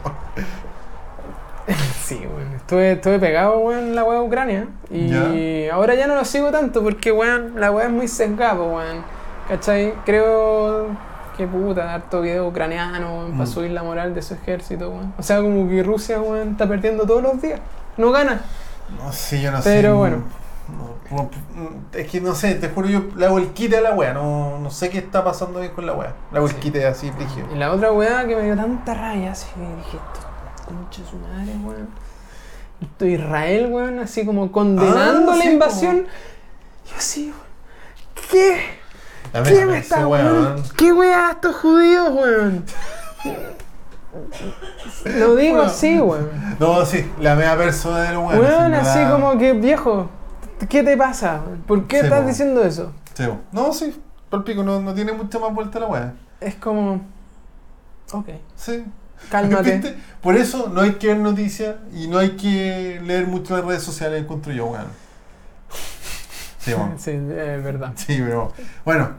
Speaker 2: Sí, weón. Estuve, estuve pegado, weón, en la weá de Ucrania. Y ahora ya no lo sigo tanto porque, weón, la weá es muy sesgada, po, weón. ¿Cachai? Creo que puta, harto video ucraniano, weón, para
Speaker 1: Mm.
Speaker 2: subir la moral de su ejército, weón. O sea, como que Rusia, weón, está perdiendo todos los días. No gana.
Speaker 1: No sé, yo no sé. mm,
Speaker 2: Pero bueno.
Speaker 1: No, no, no, es que no sé, te juro, yo le hago el quite a la wea. No, no sé qué está pasando bien con la wea. Le hago el
Speaker 2: Sí.
Speaker 1: quite así, brígido.
Speaker 2: Y la otra weá que me dio tanta rabia, así que dije, esto, concha de su madre, weón. Esto Israel, weón, así como condenando
Speaker 1: Ah,
Speaker 2: la
Speaker 1: sí,
Speaker 2: invasión. Yo así, weón. ¿Qué?
Speaker 1: La
Speaker 2: ¿Qué
Speaker 1: mesa,
Speaker 2: me
Speaker 1: ese
Speaker 2: está,
Speaker 1: weón.
Speaker 2: weón? ¿Qué weá estos judíos, weón? Lo digo
Speaker 1: Weón.
Speaker 2: así, weón.
Speaker 1: No, sí, la mega persona del weón.
Speaker 2: Weón,
Speaker 1: me
Speaker 2: así
Speaker 1: da-
Speaker 2: como que, viejo, ¿qué te pasa? weón? ¿Por qué
Speaker 1: Sí,
Speaker 2: estás
Speaker 1: po.
Speaker 2: diciendo eso?
Speaker 1: Sí, po. no, sí, por pico, no, no tiene mucha más vuelta la wea.
Speaker 2: Es como, ok,
Speaker 1: Sí.
Speaker 2: cálmate.
Speaker 1: ¿Viste? Por eso no hay que ver noticias y no hay que leer mucho las redes sociales, encuentro yo, weón. Sí, weón.
Speaker 2: Sí, es verdad.
Speaker 1: Sí, pero bueno.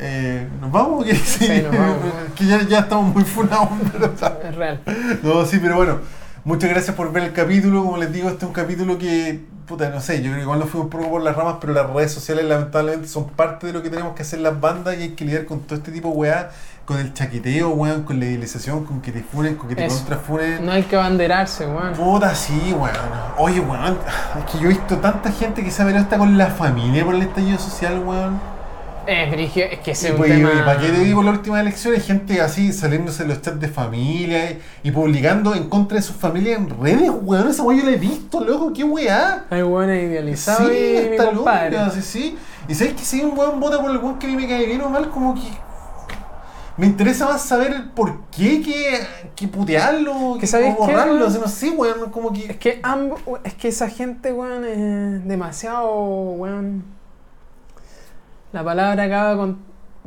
Speaker 1: Eh, ¿Nos vamos? o qué? Sí,
Speaker 2: nos vamos, weón.
Speaker 1: que ya, ya estamos muy funados, pero
Speaker 2: Es real.
Speaker 1: No, sí, pero bueno. Muchas gracias por ver el capítulo. Como les digo, este es un capítulo que, puta, no sé, yo creo que igual nos fuimos un poco por las ramas, pero las redes sociales lamentablemente son parte de lo que tenemos que hacer las bandas y hay que lidiar con todo este tipo de weá, con el chaqueteo, weón, con la idealización, con que te funen, con que te
Speaker 2: Eso.
Speaker 1: contrafunen.
Speaker 2: No hay que abanderarse, weón.
Speaker 1: Puta, sí, weón. Oye, weón, es que yo he visto tanta gente que se ha peleado hasta con la familia por el estallido social, weón.
Speaker 2: Es brigio, es que
Speaker 1: Y,
Speaker 2: ese es un
Speaker 1: pues, y-
Speaker 2: tema...
Speaker 1: y para qué te digo las últimas elecciones, gente así saliéndose de los chats de familia y, y publicando en contra de sus familias en redes, weón. Esa weá yo la he visto, loco, qué weá.
Speaker 2: Hay weones idealizados y mi
Speaker 1: está
Speaker 2: compadre.
Speaker 1: loca, sí, sí. Y sabes que si un weón vota por el weón que a mí me cae bien o mal, como que. Me interesa más saber el por qué que, que putearlo,
Speaker 2: Que sabes
Speaker 1: como
Speaker 2: qué,
Speaker 1: borrarlo,
Speaker 2: weón.
Speaker 1: o sea, no sé, weón, como
Speaker 2: Es
Speaker 1: que.
Speaker 2: que ambos, es que esa gente, weón, es demasiado, weón. La palabra acaba con,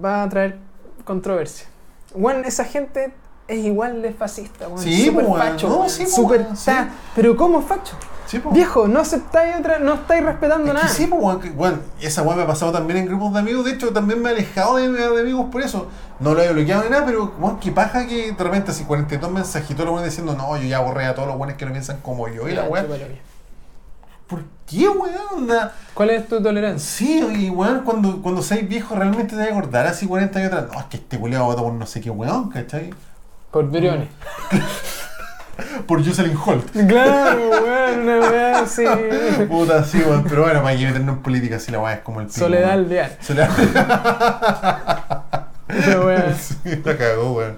Speaker 2: va a traer controversia. Weón, esa gente es igual de fascista, weón.
Speaker 1: Sí,
Speaker 2: super
Speaker 1: po, weón.
Speaker 2: facho,
Speaker 1: No,
Speaker 2: weón,
Speaker 1: sí, po,
Speaker 2: super
Speaker 1: weón, sí.
Speaker 2: ta- Pero ¿cómo facho?
Speaker 1: Sí, pues. po.
Speaker 2: Viejo, no aceptáis otra, no estáis
Speaker 1: Es
Speaker 2: respetando
Speaker 1: que
Speaker 2: nada.
Speaker 1: sí, pues, weón, que- weón, esa weón me ha pasado también en grupos de amigos. De hecho, también me he alejado de, de amigos por eso. No lo he bloqueado ni nada, pero weón, qué paja que de repente así 42 mensajitos los weones diciendo, no, yo ya borré a todos los weones que no piensan como yo. Y
Speaker 2: Ya,
Speaker 1: la weón,
Speaker 2: chúpalo bien.
Speaker 1: ¿por qué weón? Onda?
Speaker 2: ¿Cuál es tu tolerancia?
Speaker 1: Sí, y weón, cuando, cuando seas viejo realmente te vas a acordar así 40 años atrás. No, es que este culiado votó por no sé qué weón, ¿cachai?
Speaker 2: Por briones.
Speaker 1: Por Jocelyn Holt.
Speaker 2: Claro, weón, una weá así.
Speaker 1: Puta, sí, weón, pero bueno, para que meternos en política si la weón es como el pico,
Speaker 2: Soledad
Speaker 1: weón.
Speaker 2: alvear.
Speaker 1: Soledad.
Speaker 2: Pero, weón,
Speaker 1: Sí, la cagó, weón.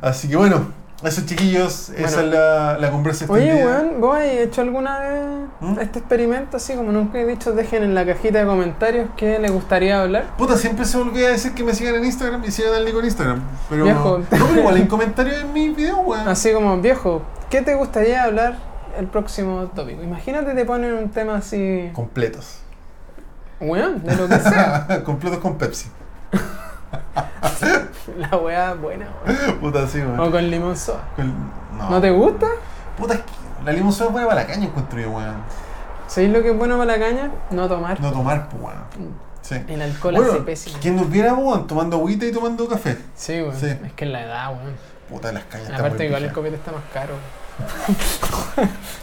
Speaker 1: Así que bueno, eso chiquillos, esa es
Speaker 2: Bueno.
Speaker 1: la, la conversa
Speaker 2: Oye,
Speaker 1: extendida.
Speaker 2: weón, ¿vos has hecho alguna vez
Speaker 1: Este ¿Mm?
Speaker 2: este experimento así como nunca he dicho? Dejen en la cajita de comentarios qué les gustaría hablar.
Speaker 1: Puta, siempre se me olvida decir que me sigan en Instagram y sigan al Nico en Instagram. Pero,
Speaker 2: Viejo. Ah,
Speaker 1: no, pero igual en comentarios en mis videos, weón.
Speaker 2: Así como, viejo, ¿qué te gustaría hablar el próximo tópico? Imagínate te ponen un tema así
Speaker 1: Completos.
Speaker 2: Weón, de lo que sea.
Speaker 1: Completos con Pepsi.
Speaker 2: La weá buena, weón.
Speaker 1: Puta, sí, weón.
Speaker 2: O con limón soda.
Speaker 1: Con- No.
Speaker 2: ¿No te gusta?
Speaker 1: Puta, es que la limón soda es buena para la caña, encuentro yo, weón.
Speaker 2: ¿Sabéis lo que es bueno para la caña? No tomar.
Speaker 1: No tomar, pues, weón.
Speaker 2: Mm.
Speaker 1: Sí.
Speaker 2: El alcohol hace
Speaker 1: Bueno,
Speaker 2: pésimo.
Speaker 1: quien nos viera, weón, tomando agüita y tomando café.
Speaker 2: Sí, weón.
Speaker 1: Sí.
Speaker 2: Es que es la edad, weón.
Speaker 1: Puta, las cañas están
Speaker 2: Aparte,
Speaker 1: muy
Speaker 2: igual el
Speaker 1: pijas.
Speaker 2: copete está más caro.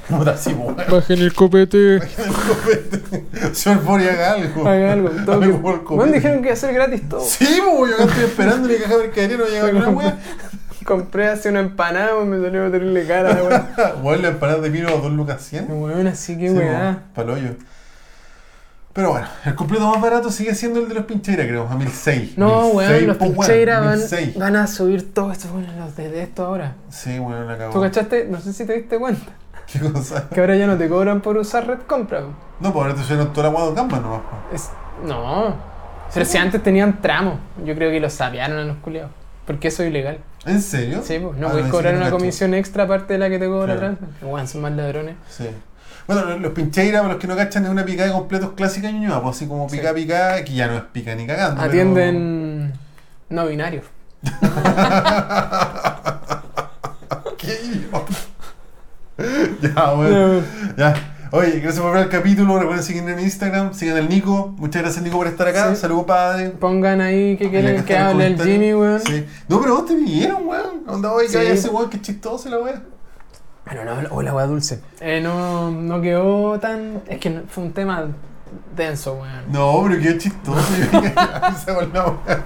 Speaker 1: Puta, sí, weón.
Speaker 2: Bajen el copete.
Speaker 1: El copete. Señor Bori, haga algo.
Speaker 2: Haga algo. un toque.
Speaker 1: Algo por el
Speaker 2: Weón,
Speaker 1: copete.
Speaker 2: dijeron que iba a ser gratis todo.
Speaker 1: Sí, weón, yo acá estoy esperando y la caja de mercadería no llega una weón.
Speaker 2: Compré hace una empanada, weón. Me salió a tenerle cara, weón.
Speaker 1: Weón, la empanada de vino a 2 lucas 100.
Speaker 2: Weón, así que
Speaker 1: Sí,
Speaker 2: weá.
Speaker 1: po, pa'l hoyo. Pero bueno, el completo más barato sigue siendo el de los pincheiras, creo, a 1006.
Speaker 2: No,
Speaker 1: 1006,
Speaker 2: weón, los
Speaker 1: po, pues, weón,
Speaker 2: pincheiras van,
Speaker 1: 1006.
Speaker 2: van a subir todos estos weones los de, de esto ahora.
Speaker 1: Sí, weón, la
Speaker 2: ¿Tú
Speaker 1: cagó.
Speaker 2: cachaste? No sé si te diste cuenta.
Speaker 1: ¿Qué cosa?
Speaker 2: Que ahora ya no te cobran por usar red compra. weón.
Speaker 1: No, pues ahora te subieron toda la guado gamba nomás. po.
Speaker 2: Es- no. Pero si antes tenían tramos, yo creo que los sapearon a los culiados. Porque eso es ilegal.
Speaker 1: ¿En serio?
Speaker 2: Sí, pues,
Speaker 1: Ah,
Speaker 2: no puedes
Speaker 1: sí,
Speaker 2: cobrar
Speaker 1: no
Speaker 2: una
Speaker 1: cacho.
Speaker 2: comisión extra aparte de la que te cobra
Speaker 1: Claro.
Speaker 2: Transnet. Weón, son más ladrones.
Speaker 1: Sí. Bueno, los, los pincheiras, para los que no cachan, es una picada de completos clásica ñuñoa, pues así como
Speaker 2: Sí.
Speaker 1: pica pica, que ya no es pica ni cagando. pero-
Speaker 2: Atienden no binarios.
Speaker 1: ¡Qué idiota! ya, bueno. Ya. Oye, gracias por ver el capítulo. Recuerden seguirme en Instagram. Sigan al Nico. Muchas gracias, Nico, por estar acá.
Speaker 2: Sí.
Speaker 1: Saludos, padre.
Speaker 2: Pongan ahí que
Speaker 1: En la
Speaker 2: quieren
Speaker 1: caja
Speaker 2: que
Speaker 1: de
Speaker 2: hable el
Speaker 1: comentarios.
Speaker 2: Jimmy, weón.
Speaker 1: Sí. No, pero vos te vinieron, weón. Onda, oye,
Speaker 2: Sí.
Speaker 1: que ese weón, qué chistoso la weá.
Speaker 2: Ah, no, no, o la weá dulce. Eh, no, no quedó tan. Es que no- fue un tema denso, weón.
Speaker 1: No, pero qué chistoso. Yo dije, esa weá, la weá.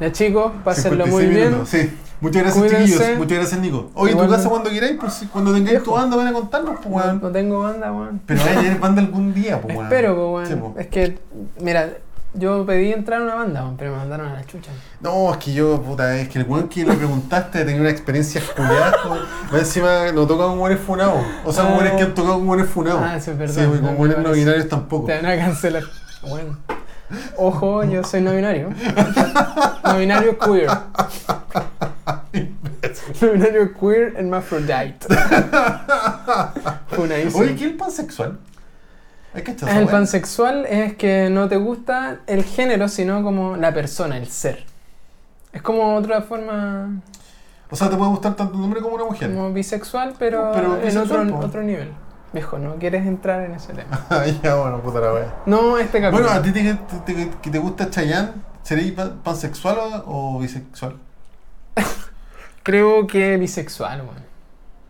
Speaker 2: Ya chicos, pásenlo muy
Speaker 1: 56
Speaker 2: bien.
Speaker 1: minutos, Sí. Muchas gracias,
Speaker 2: Cuídense.
Speaker 1: chiquillos. Muchas gracias, Nico. Oye, tu
Speaker 2: Igualmente.
Speaker 1: casa cuando queráis, pues, si- cuando tengáis tu
Speaker 2: Viejo.
Speaker 1: banda, van a contarnos, pues,
Speaker 2: No,
Speaker 1: weón.
Speaker 2: no tengo banda, weón.
Speaker 1: Pero vaya a tener banda algún día, pues, weón.
Speaker 2: Espero, po, weón.
Speaker 1: Sí, po.
Speaker 2: Es que, mira, yo pedí entrar a una banda, weón, pero me mandaron a la chucha.
Speaker 1: No, es que yo, puta, es que el weón que le preguntaste tenía una experiencia culiada. pues, weón. Más encima no toca con weones funados. O sea, con
Speaker 2: Ah.
Speaker 1: weones que han tocado con weones funados.
Speaker 2: Ah, sí, es verdad.
Speaker 1: Sí, güey, con
Speaker 2: Me
Speaker 1: weones no
Speaker 2: parece.
Speaker 1: binarios tampoco.
Speaker 2: Te van a cancelar. Bueno. Ojo, yo soy no binario. No binario queer. No binario queer hermaphrodite. Funadísimo.
Speaker 1: Oye, ¿qué es el pansexual? Es que
Speaker 2: Ah, El pansexual es que no te gusta el género, sino como la persona, el ser. Es como otra forma,
Speaker 1: O sea, te puede gustar tanto un hombre como una mujer.
Speaker 2: como bisexual, pero,
Speaker 1: No, pero
Speaker 2: en
Speaker 1: bisexual,
Speaker 2: otro,
Speaker 1: po.
Speaker 2: otro nivel. Viejo, no quieres entrar en ese tema.
Speaker 1: Ah, ya, bueno, puta la wea.
Speaker 2: No, este capítulo.
Speaker 1: Bueno, ¿a ti te, te- te- que te gusta Chayanne? ¿Seréis pa- pansexual o, o bisexual?
Speaker 2: Creo que bisexual, weón.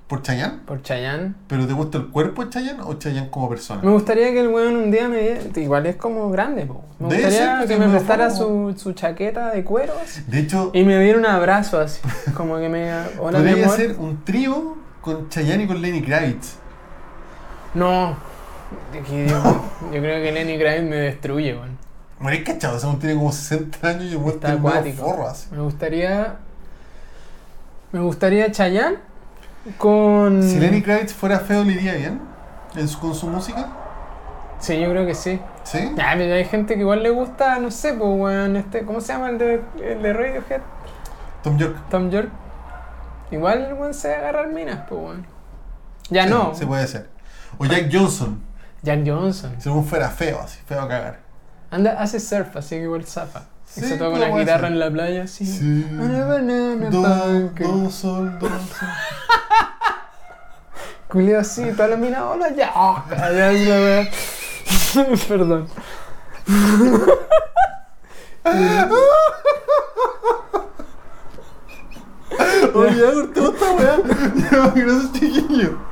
Speaker 1: ¿Por Chayanne?
Speaker 2: Por Chayanne.
Speaker 1: ¿Pero te gusta el cuerpo de Chayanne o Chayanne como persona?
Speaker 2: Me gustaría que el weón un día me diera- Igual es como grande, po. Me
Speaker 1: Debe ser,
Speaker 2: gustaría
Speaker 1: pues,
Speaker 2: que
Speaker 1: es
Speaker 2: me
Speaker 1: medio
Speaker 2: prestara
Speaker 1: formo.
Speaker 2: su, su chaqueta de cuero así,
Speaker 1: De hecho,
Speaker 2: y me diera un abrazo así. Como que me diga, Eh, hola mi
Speaker 1: podría
Speaker 2: amor.
Speaker 1: ser un trío con Chayanne y con Lenny Kravitz.
Speaker 2: No. de que Yo, yo creo que Lenny Kravitz me destruye, weón.
Speaker 1: Bueno, es cachado, ese weón tiene como 60 años y el weón
Speaker 2: Está
Speaker 1: tiene un
Speaker 2: acuático.
Speaker 1: forro así.
Speaker 2: Me gustaría. Me gustaría Chayanne con.
Speaker 1: Si Lenny Kravitz fuera feo, ¿le iría bien? ¿En su- ¿Con su música?
Speaker 2: Sí, yo creo que sí.
Speaker 1: ¿Sí?
Speaker 2: Ya, pero hay gente que igual le gusta, no sé, pues, weón. Este, ¿Cómo se llama el de, el de Radiohead?
Speaker 1: Tom York.
Speaker 2: Tom York. Igual el weón sabe agarrar minas, pues weón. Ya
Speaker 1: Sí,
Speaker 2: no.
Speaker 1: Se puede hacer. O Jack Johnson.
Speaker 2: Jack Johnson.
Speaker 1: Si uno fuera feo, así, feo a cagar.
Speaker 2: Anda, hace surf, así que igual zapa.
Speaker 1: Sí,
Speaker 2: y se toca
Speaker 1: lo
Speaker 2: una
Speaker 1: puede
Speaker 2: guitarra
Speaker 1: hacer.
Speaker 2: en la playa, así.
Speaker 1: Sí.
Speaker 2: Una banana
Speaker 1: Do,
Speaker 2: pancake.
Speaker 1: do, sol, do, sol.
Speaker 2: Culiao así, todas las minas, hola, ya. Ah, ya es la wea. Perdón.
Speaker 1: Oye, ya cortó esta weá. Ya, Gracias, chiquillo.